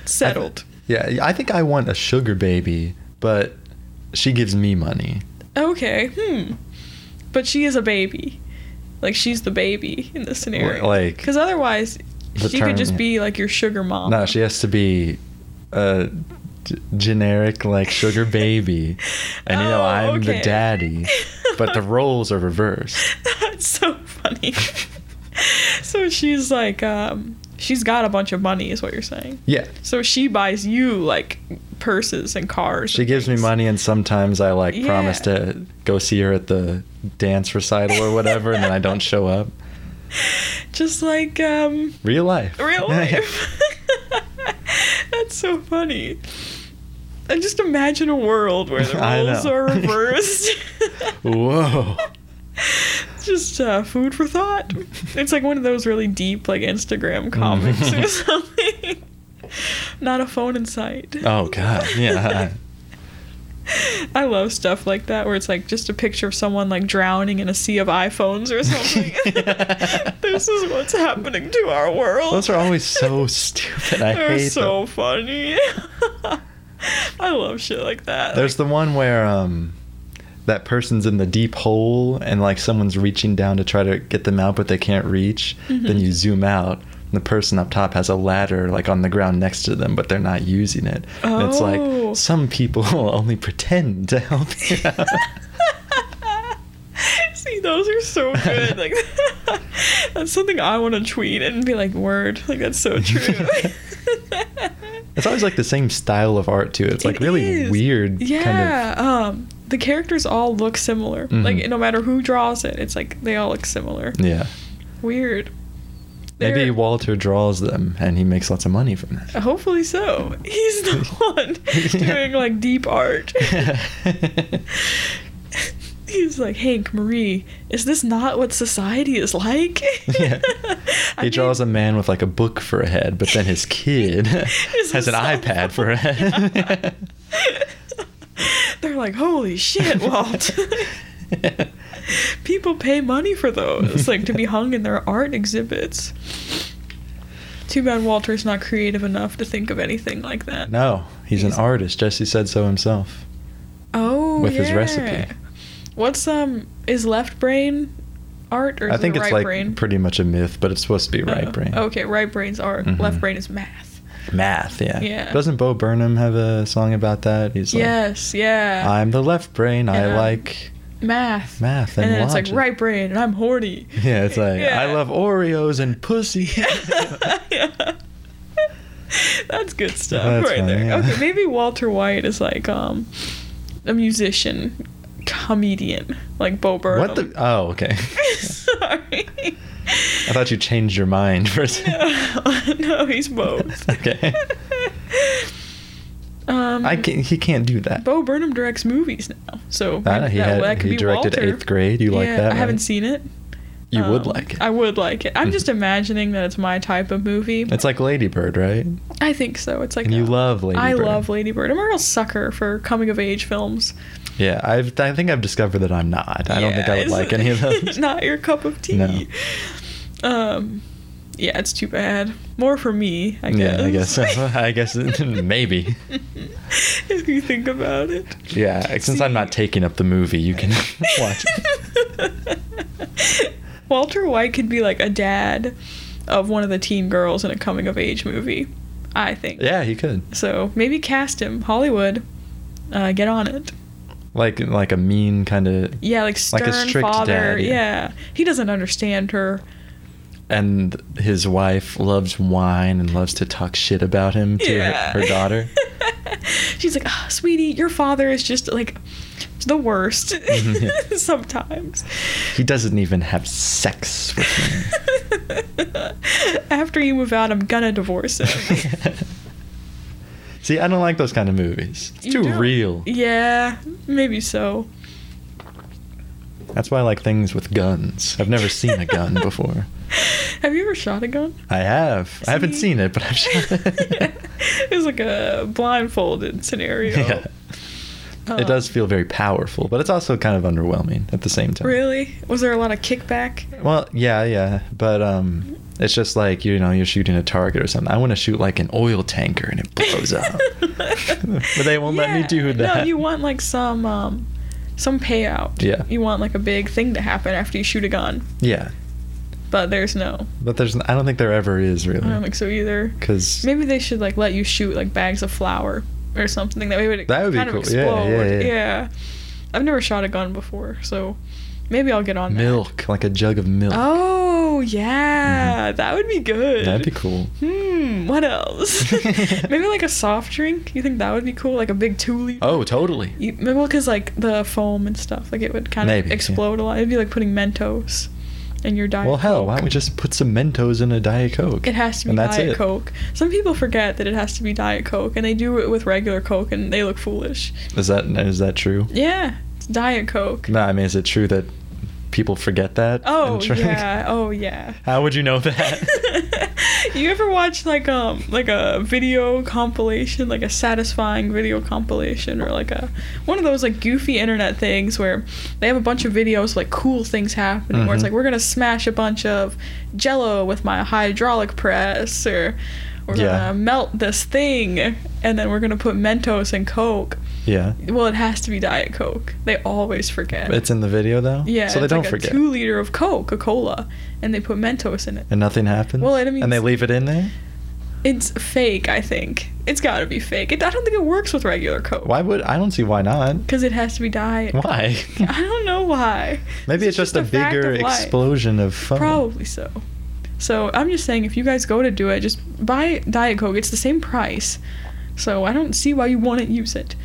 [SPEAKER 2] Settled.
[SPEAKER 1] yeah, I think I want a sugar baby, but she gives me money.
[SPEAKER 2] Okay, hmm. But she is a baby. Like, she's the baby in this scenario.
[SPEAKER 1] like-
[SPEAKER 2] Because otherwise,
[SPEAKER 1] The
[SPEAKER 2] she
[SPEAKER 1] term-
[SPEAKER 2] could just be like your sugar mom.
[SPEAKER 1] No, she has to be a g- generic like sugar baby, and you know
[SPEAKER 2] Oh,
[SPEAKER 1] I'm the
[SPEAKER 2] okay.
[SPEAKER 1] daddy, but the roles are reversed.
[SPEAKER 2] That's so funny. so she's like, um, she's got a bunch of money, is what you're saying.
[SPEAKER 1] Yeah,
[SPEAKER 2] So she buys you like purses and cars.
[SPEAKER 1] she
[SPEAKER 2] and
[SPEAKER 1] gives me
[SPEAKER 2] things.
[SPEAKER 1] money, and sometimes I like promise
[SPEAKER 2] Yeah.
[SPEAKER 1] to go see her at the dance recital or whatever, and then I don't show up.
[SPEAKER 2] just like um,
[SPEAKER 1] Real life.
[SPEAKER 2] real life. That's so funny. And just imagine a world where the
[SPEAKER 1] I
[SPEAKER 2] roles
[SPEAKER 1] know.
[SPEAKER 2] are reversed.
[SPEAKER 1] Whoa.
[SPEAKER 2] just uh, food for thought. It's like one of those really deep, like Instagram comics or something. Not a phone in sight.
[SPEAKER 1] Oh God. Yeah.
[SPEAKER 2] I love stuff like that where it's like just a picture of someone like drowning in a sea of iPhones or something. this is what's happening to our world.
[SPEAKER 1] Those are always so stupid. I
[SPEAKER 2] They're
[SPEAKER 1] hate
[SPEAKER 2] so
[SPEAKER 1] them.
[SPEAKER 2] funny. I love shit like that.
[SPEAKER 1] There's the one where um, that person's in the deep hole and like someone's reaching down to try to get them out, but they can't reach.
[SPEAKER 2] Mm-hmm.
[SPEAKER 1] Then you zoom out. and The person up top has a ladder like on the ground next to them, but they're not using it. And it's
[SPEAKER 2] Oh.
[SPEAKER 1] like some people only pretend to help you out.
[SPEAKER 2] See, those are so good. Like that's something I want to tweet and be like, "Word!" Like that's so true.
[SPEAKER 1] It's always like the same style of art too. It's like
[SPEAKER 2] It
[SPEAKER 1] really
[SPEAKER 2] is.
[SPEAKER 1] weird.
[SPEAKER 2] Yeah. Um, the characters all look similar. Like
[SPEAKER 1] Mhm.
[SPEAKER 2] no matter who draws it, it's like they all look similar.
[SPEAKER 1] Kind of, yeah.
[SPEAKER 2] Weird.
[SPEAKER 1] Maybe
[SPEAKER 2] They're-
[SPEAKER 1] Walter draws them and he makes lots of money from that.
[SPEAKER 2] Hopefully so. He's the one
[SPEAKER 1] Yeah.
[SPEAKER 2] doing like deep art. He's like, Hank, Marie, is this not what society is like?
[SPEAKER 1] Yeah.
[SPEAKER 2] I
[SPEAKER 1] he draws a
[SPEAKER 2] mean,
[SPEAKER 1] man with like a book for a head, but then his kid
[SPEAKER 2] Is
[SPEAKER 1] has
[SPEAKER 2] this
[SPEAKER 1] an
[SPEAKER 2] so-
[SPEAKER 1] iPad for a head.
[SPEAKER 2] They're like, holy shit, Walt. People pay money for those, like to be hung in their art exhibits. Too bad Walter's not creative enough to think of anything like that.
[SPEAKER 1] no, he's an
[SPEAKER 2] He's-
[SPEAKER 1] artist. Jesse said so himself.
[SPEAKER 2] Oh,
[SPEAKER 1] With his
[SPEAKER 2] yeah.
[SPEAKER 1] recipe.
[SPEAKER 2] What's um is left brain art or is
[SPEAKER 1] I think
[SPEAKER 2] it
[SPEAKER 1] it's
[SPEAKER 2] right
[SPEAKER 1] like
[SPEAKER 2] brain?
[SPEAKER 1] pretty much a myth, but it's supposed to be right
[SPEAKER 2] Oh,
[SPEAKER 1] brain.
[SPEAKER 2] Okay, right brain's art.
[SPEAKER 1] Mhm.
[SPEAKER 2] Left brain is math.
[SPEAKER 1] Math, yeah.
[SPEAKER 2] Yeah.
[SPEAKER 1] Doesn't Bo Burnham have a song about that? He's like,
[SPEAKER 2] yes, yeah.
[SPEAKER 1] I'm the left brain. I
[SPEAKER 2] And I'm-
[SPEAKER 1] like
[SPEAKER 2] math.
[SPEAKER 1] math
[SPEAKER 2] And,
[SPEAKER 1] and,
[SPEAKER 2] then it's like
[SPEAKER 1] logic."
[SPEAKER 2] right brain and I'm horny.
[SPEAKER 1] Yeah, it's like
[SPEAKER 2] Yeah.
[SPEAKER 1] I love Oreos and pussy.
[SPEAKER 2] yeah. That's good stuff
[SPEAKER 1] That's
[SPEAKER 2] right
[SPEAKER 1] funny,
[SPEAKER 2] there.
[SPEAKER 1] yeah.
[SPEAKER 2] Okay, maybe Walter White is like um a musician, comedian, like Bo Burnham.
[SPEAKER 1] what the? Oh, okay.
[SPEAKER 2] Sorry.
[SPEAKER 1] I thought you changed your mind for a second.
[SPEAKER 2] No, no, he's both.
[SPEAKER 1] Okay.
[SPEAKER 2] um,
[SPEAKER 1] I can He can't do that.
[SPEAKER 2] Bo Burnham directs movies now, so
[SPEAKER 1] I know, he had- he directed
[SPEAKER 2] Walter.
[SPEAKER 1] Eighth Grade. You like
[SPEAKER 2] Yeah,
[SPEAKER 1] that,
[SPEAKER 2] I haven't
[SPEAKER 1] right?
[SPEAKER 2] seen it.
[SPEAKER 1] You would
[SPEAKER 2] Um,
[SPEAKER 1] like it.
[SPEAKER 2] I would like it. I'm just imagining that it's my type of movie.
[SPEAKER 1] It's like Ladybird, right?
[SPEAKER 2] I think so. It's like
[SPEAKER 1] And you love Lady
[SPEAKER 2] I
[SPEAKER 1] Bird.
[SPEAKER 2] love Lady Bird. I'm a real sucker for coming of age films.
[SPEAKER 1] Yeah, I've, I think I've discovered that I'm not. I don't think I would
[SPEAKER 2] Yes.
[SPEAKER 1] like any of those.
[SPEAKER 2] Not your cup of tea.
[SPEAKER 1] No.
[SPEAKER 2] Um, yeah, it's too bad. More for me, I guess.
[SPEAKER 1] Yeah, I guess. I guess maybe.
[SPEAKER 2] if you think about it.
[SPEAKER 1] Yeah, since I'm not
[SPEAKER 2] See.
[SPEAKER 1] taking up the movie, you can watch. it.
[SPEAKER 2] Walter White could be like a dad of one of the teen girls in a coming of age movie, I think.
[SPEAKER 1] Yeah, you could
[SPEAKER 2] So maybe cast him, Hollywood. Uh, get on it.
[SPEAKER 1] like like a mean kind of
[SPEAKER 2] Yeah, like
[SPEAKER 1] Like
[SPEAKER 2] stern
[SPEAKER 1] a strict
[SPEAKER 2] father.
[SPEAKER 1] dad, yeah.
[SPEAKER 2] yeah. he doesn't understand her.
[SPEAKER 1] and his wife loves wine and loves to talk shit about him to her-
[SPEAKER 2] yeah.
[SPEAKER 1] her, daughter.
[SPEAKER 2] She's like, oh, sweetie, your father is just like the worst
[SPEAKER 1] Mhm, yeah.
[SPEAKER 2] sometimes.
[SPEAKER 1] He doesn't even have sex with me.
[SPEAKER 2] After you move out, I'm gonna divorce him.
[SPEAKER 1] See, I don't like those kind of movies. It's
[SPEAKER 2] You
[SPEAKER 1] too
[SPEAKER 2] don't-
[SPEAKER 1] real.
[SPEAKER 2] Yeah, maybe so.
[SPEAKER 1] That's why I like things with guns. I've never seen a gun before.
[SPEAKER 2] Have you ever shot a gun?
[SPEAKER 1] I have. I haven't
[SPEAKER 2] See?
[SPEAKER 1] seen it, but I've shot it.
[SPEAKER 2] it was like a blindfolded scenario.
[SPEAKER 1] Yeah.
[SPEAKER 2] Um,
[SPEAKER 1] It does feel very powerful, but it's also kind of underwhelming at the same time.
[SPEAKER 2] Really? Was there a lot of kickback?
[SPEAKER 1] Well, yeah, yeah, but um, it's just like you know you're shooting a target or something. I want to shoot like an oil tanker and it blows up, but they won't let me
[SPEAKER 2] Yeah.
[SPEAKER 1] do that.
[SPEAKER 2] No, you want like some um, some payout.
[SPEAKER 1] Yeah.
[SPEAKER 2] You want like a big thing to happen after you shoot a gun,
[SPEAKER 1] Yeah,
[SPEAKER 2] but there's no.
[SPEAKER 1] but there's I don't think there ever is
[SPEAKER 2] I don't
[SPEAKER 1] really
[SPEAKER 2] think so either.
[SPEAKER 1] because
[SPEAKER 2] Oh Maybe they should like let you shoot like bags of flour or something. That way it would
[SPEAKER 1] That would be
[SPEAKER 2] kind
[SPEAKER 1] cool.
[SPEAKER 2] of
[SPEAKER 1] Yeah, yeah,
[SPEAKER 2] explode.
[SPEAKER 1] yeah.
[SPEAKER 2] I've never shot a gun before, so maybe I'll get on that.
[SPEAKER 1] milk, like a jug of milk, Mm-hmm.
[SPEAKER 2] Oh yeah, that would be good.
[SPEAKER 1] that'd be cool.
[SPEAKER 2] Hmm, what else? maybe like a soft drink. You think that would be cool? Like a big two liter.
[SPEAKER 1] Oh, totally.
[SPEAKER 2] You, maybe because like the foam and stuff, like it would kind
[SPEAKER 1] Maybe,
[SPEAKER 2] of
[SPEAKER 1] yeah.
[SPEAKER 2] explode a lot. It'd be like putting Mentos in your diet.
[SPEAKER 1] Well, hell, why
[SPEAKER 2] Coke.
[SPEAKER 1] don't we just put some Mentos in a Diet Coke?
[SPEAKER 2] It has to be
[SPEAKER 1] and that's
[SPEAKER 2] Diet
[SPEAKER 1] it.
[SPEAKER 2] Coke. Some people forget that it has to be Diet Coke, and they do it with regular Coke, and they look foolish.
[SPEAKER 1] Is that is that true?
[SPEAKER 2] Yeah, it's Diet Coke.
[SPEAKER 1] No, I mean, is it true that people forget that.
[SPEAKER 2] Oh
[SPEAKER 1] and try-
[SPEAKER 2] yeah. Oh yeah.
[SPEAKER 1] How would you know that?
[SPEAKER 2] you ever watch like um like a video compilation, like a satisfying video compilation, or like a one of those like goofy internet things where they have a bunch of videos of, like cool things happening, where it's
[SPEAKER 1] Mhm.
[SPEAKER 2] like we're gonna smash a bunch of Jello with my hydraulic press, or we're gonna
[SPEAKER 1] Yeah.
[SPEAKER 2] melt this thing, and then we're gonna put Mentos and Coke.
[SPEAKER 1] yeah.
[SPEAKER 2] Well, it has to be Diet Coke. They always forget.
[SPEAKER 1] It's in the video though.
[SPEAKER 2] yeah,
[SPEAKER 1] So they
[SPEAKER 2] it's
[SPEAKER 1] don't
[SPEAKER 2] like
[SPEAKER 1] forget.
[SPEAKER 2] a two liter of Coke, a cola, and they put Mentos in it.
[SPEAKER 1] and nothing happens.
[SPEAKER 2] Well, it means-
[SPEAKER 1] and they leave it in there.
[SPEAKER 2] It's fake, I think. It's got to be fake. It, I don't think it works with regular Coke.
[SPEAKER 1] Why would I don't see why not?
[SPEAKER 2] Because it has to be diet.
[SPEAKER 1] Why?
[SPEAKER 2] I don't know why.
[SPEAKER 1] Maybe it's, just, a,
[SPEAKER 2] fact
[SPEAKER 1] bigger
[SPEAKER 2] of life.
[SPEAKER 1] explosion of foam.
[SPEAKER 2] Probably so. So I'm just saying, if you guys go to do it, just buy diet coke. It's the same price. So I don't see why you wouldn't use it.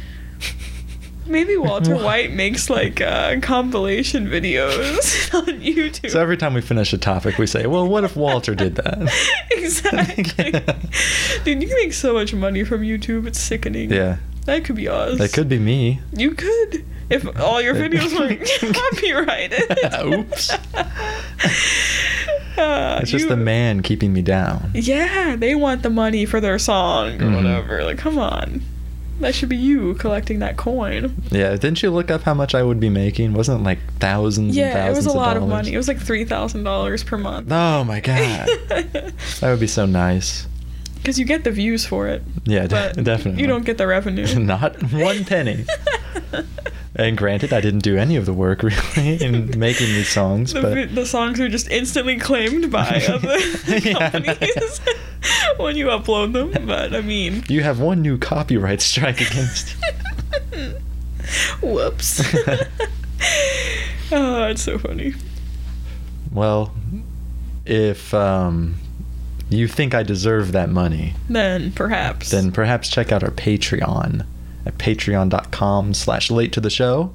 [SPEAKER 2] Maybe Walter
[SPEAKER 1] Why?
[SPEAKER 2] White makes like uh, compilation videos on YouTube.
[SPEAKER 1] So every time we finish a topic, we say, "Well, what if Walter did that?"
[SPEAKER 2] exactly. Dude, you can make so much money from YouTube. It's sickening.
[SPEAKER 1] Yeah,
[SPEAKER 2] That could be us.
[SPEAKER 1] that could be me.
[SPEAKER 2] You could, if all your videos were copyrighted.
[SPEAKER 1] Oops.
[SPEAKER 2] Uh,
[SPEAKER 1] It's just
[SPEAKER 2] you-
[SPEAKER 1] the man keeping me down.
[SPEAKER 2] Yeah, they want the money for their song or
[SPEAKER 1] Mhm.
[SPEAKER 2] whatever. Like, come on. That should be you collecting that coin.
[SPEAKER 1] Yeah, didn't you look up how much I would be making? Wasn't it like thousands and
[SPEAKER 2] Yeah, it
[SPEAKER 1] thousands
[SPEAKER 2] was a lot
[SPEAKER 1] of
[SPEAKER 2] of
[SPEAKER 1] dollars?
[SPEAKER 2] money. It was like $3,000 per month.
[SPEAKER 1] Oh my god, that would be so nice.
[SPEAKER 2] Because you get the views for it.
[SPEAKER 1] Yeah, de-
[SPEAKER 2] but
[SPEAKER 1] definitely.
[SPEAKER 2] You don't get the revenue.
[SPEAKER 1] Not one penny. And granted, I didn't do any of the work really in making these songs,
[SPEAKER 2] The,
[SPEAKER 1] but
[SPEAKER 2] vi- the songs are just instantly claimed by other
[SPEAKER 1] Yeah,
[SPEAKER 2] companies when you upload them. But I mean,
[SPEAKER 1] you have one new copyright strike against. you.
[SPEAKER 2] whoops. oh, it's so funny.
[SPEAKER 1] Well, if um, you think I deserve that money,
[SPEAKER 2] Then perhaps.
[SPEAKER 1] then perhaps check out our Patreon at patreon.com slash late to the show.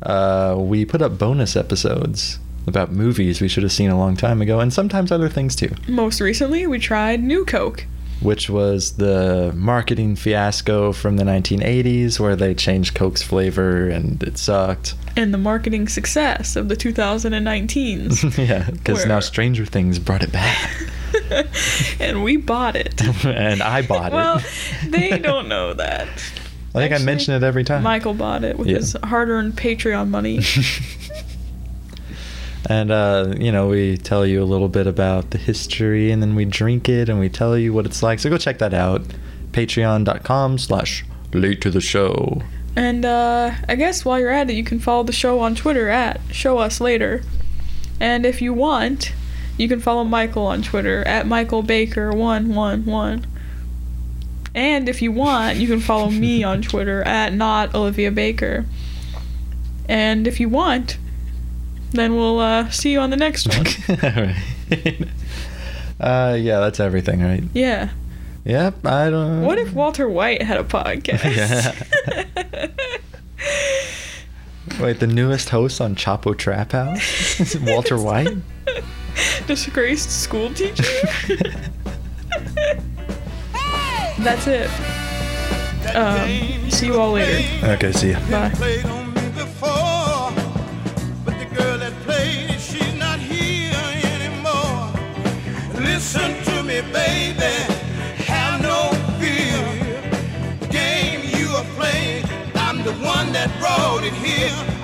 [SPEAKER 1] Uh, we put up bonus episodes about movies we should have seen a long time ago and sometimes other things too,
[SPEAKER 2] most recently we tried New Coke.
[SPEAKER 1] which was the marketing fiasco from the 1980s where they changed Coke's flavor and it sucked.
[SPEAKER 2] And the marketing success of the 2019s.
[SPEAKER 1] yeah, because now
[SPEAKER 2] Where-
[SPEAKER 1] Stranger Things brought it back.
[SPEAKER 2] and we bought it.
[SPEAKER 1] and I bought
[SPEAKER 2] well,
[SPEAKER 1] it.
[SPEAKER 2] they don't know that.
[SPEAKER 1] I think I
[SPEAKER 2] Actually,
[SPEAKER 1] mention it every time.
[SPEAKER 2] Michael bought it with
[SPEAKER 1] Yeah.
[SPEAKER 2] his hard earned Patreon money.
[SPEAKER 1] and uh, you know, we tell you a little bit about the history, and then we drink it, and we tell you what it's like. So go check that out. Patreon.com/slash late to the show.
[SPEAKER 2] And uh, I guess while you're at it, you can follow the show on Twitter at Show Us Later. And if you want, you can follow Michael on Twitter at Michael Baker one one one. And if you want, you can follow me on Twitter at not Olivia Baker. And if you want, then we'll uh, see you on the next
[SPEAKER 1] All
[SPEAKER 2] one.
[SPEAKER 1] right. Uh, yeah, that's everything, right?
[SPEAKER 2] yeah.
[SPEAKER 1] Yep. I don't.
[SPEAKER 2] What if Walter White had a podcast?
[SPEAKER 1] Wait, the newest host on Chapo Trap House is Walter White.
[SPEAKER 2] Disgraced school teacher? That's it. Um, see you all later.
[SPEAKER 1] okay. See ya.
[SPEAKER 2] Bye.
[SPEAKER 3] played on me before. But the girl that played it, she's not here anymore. Listen to me, baby. Have no fear. Game you are playing, I'm the one that brought it here.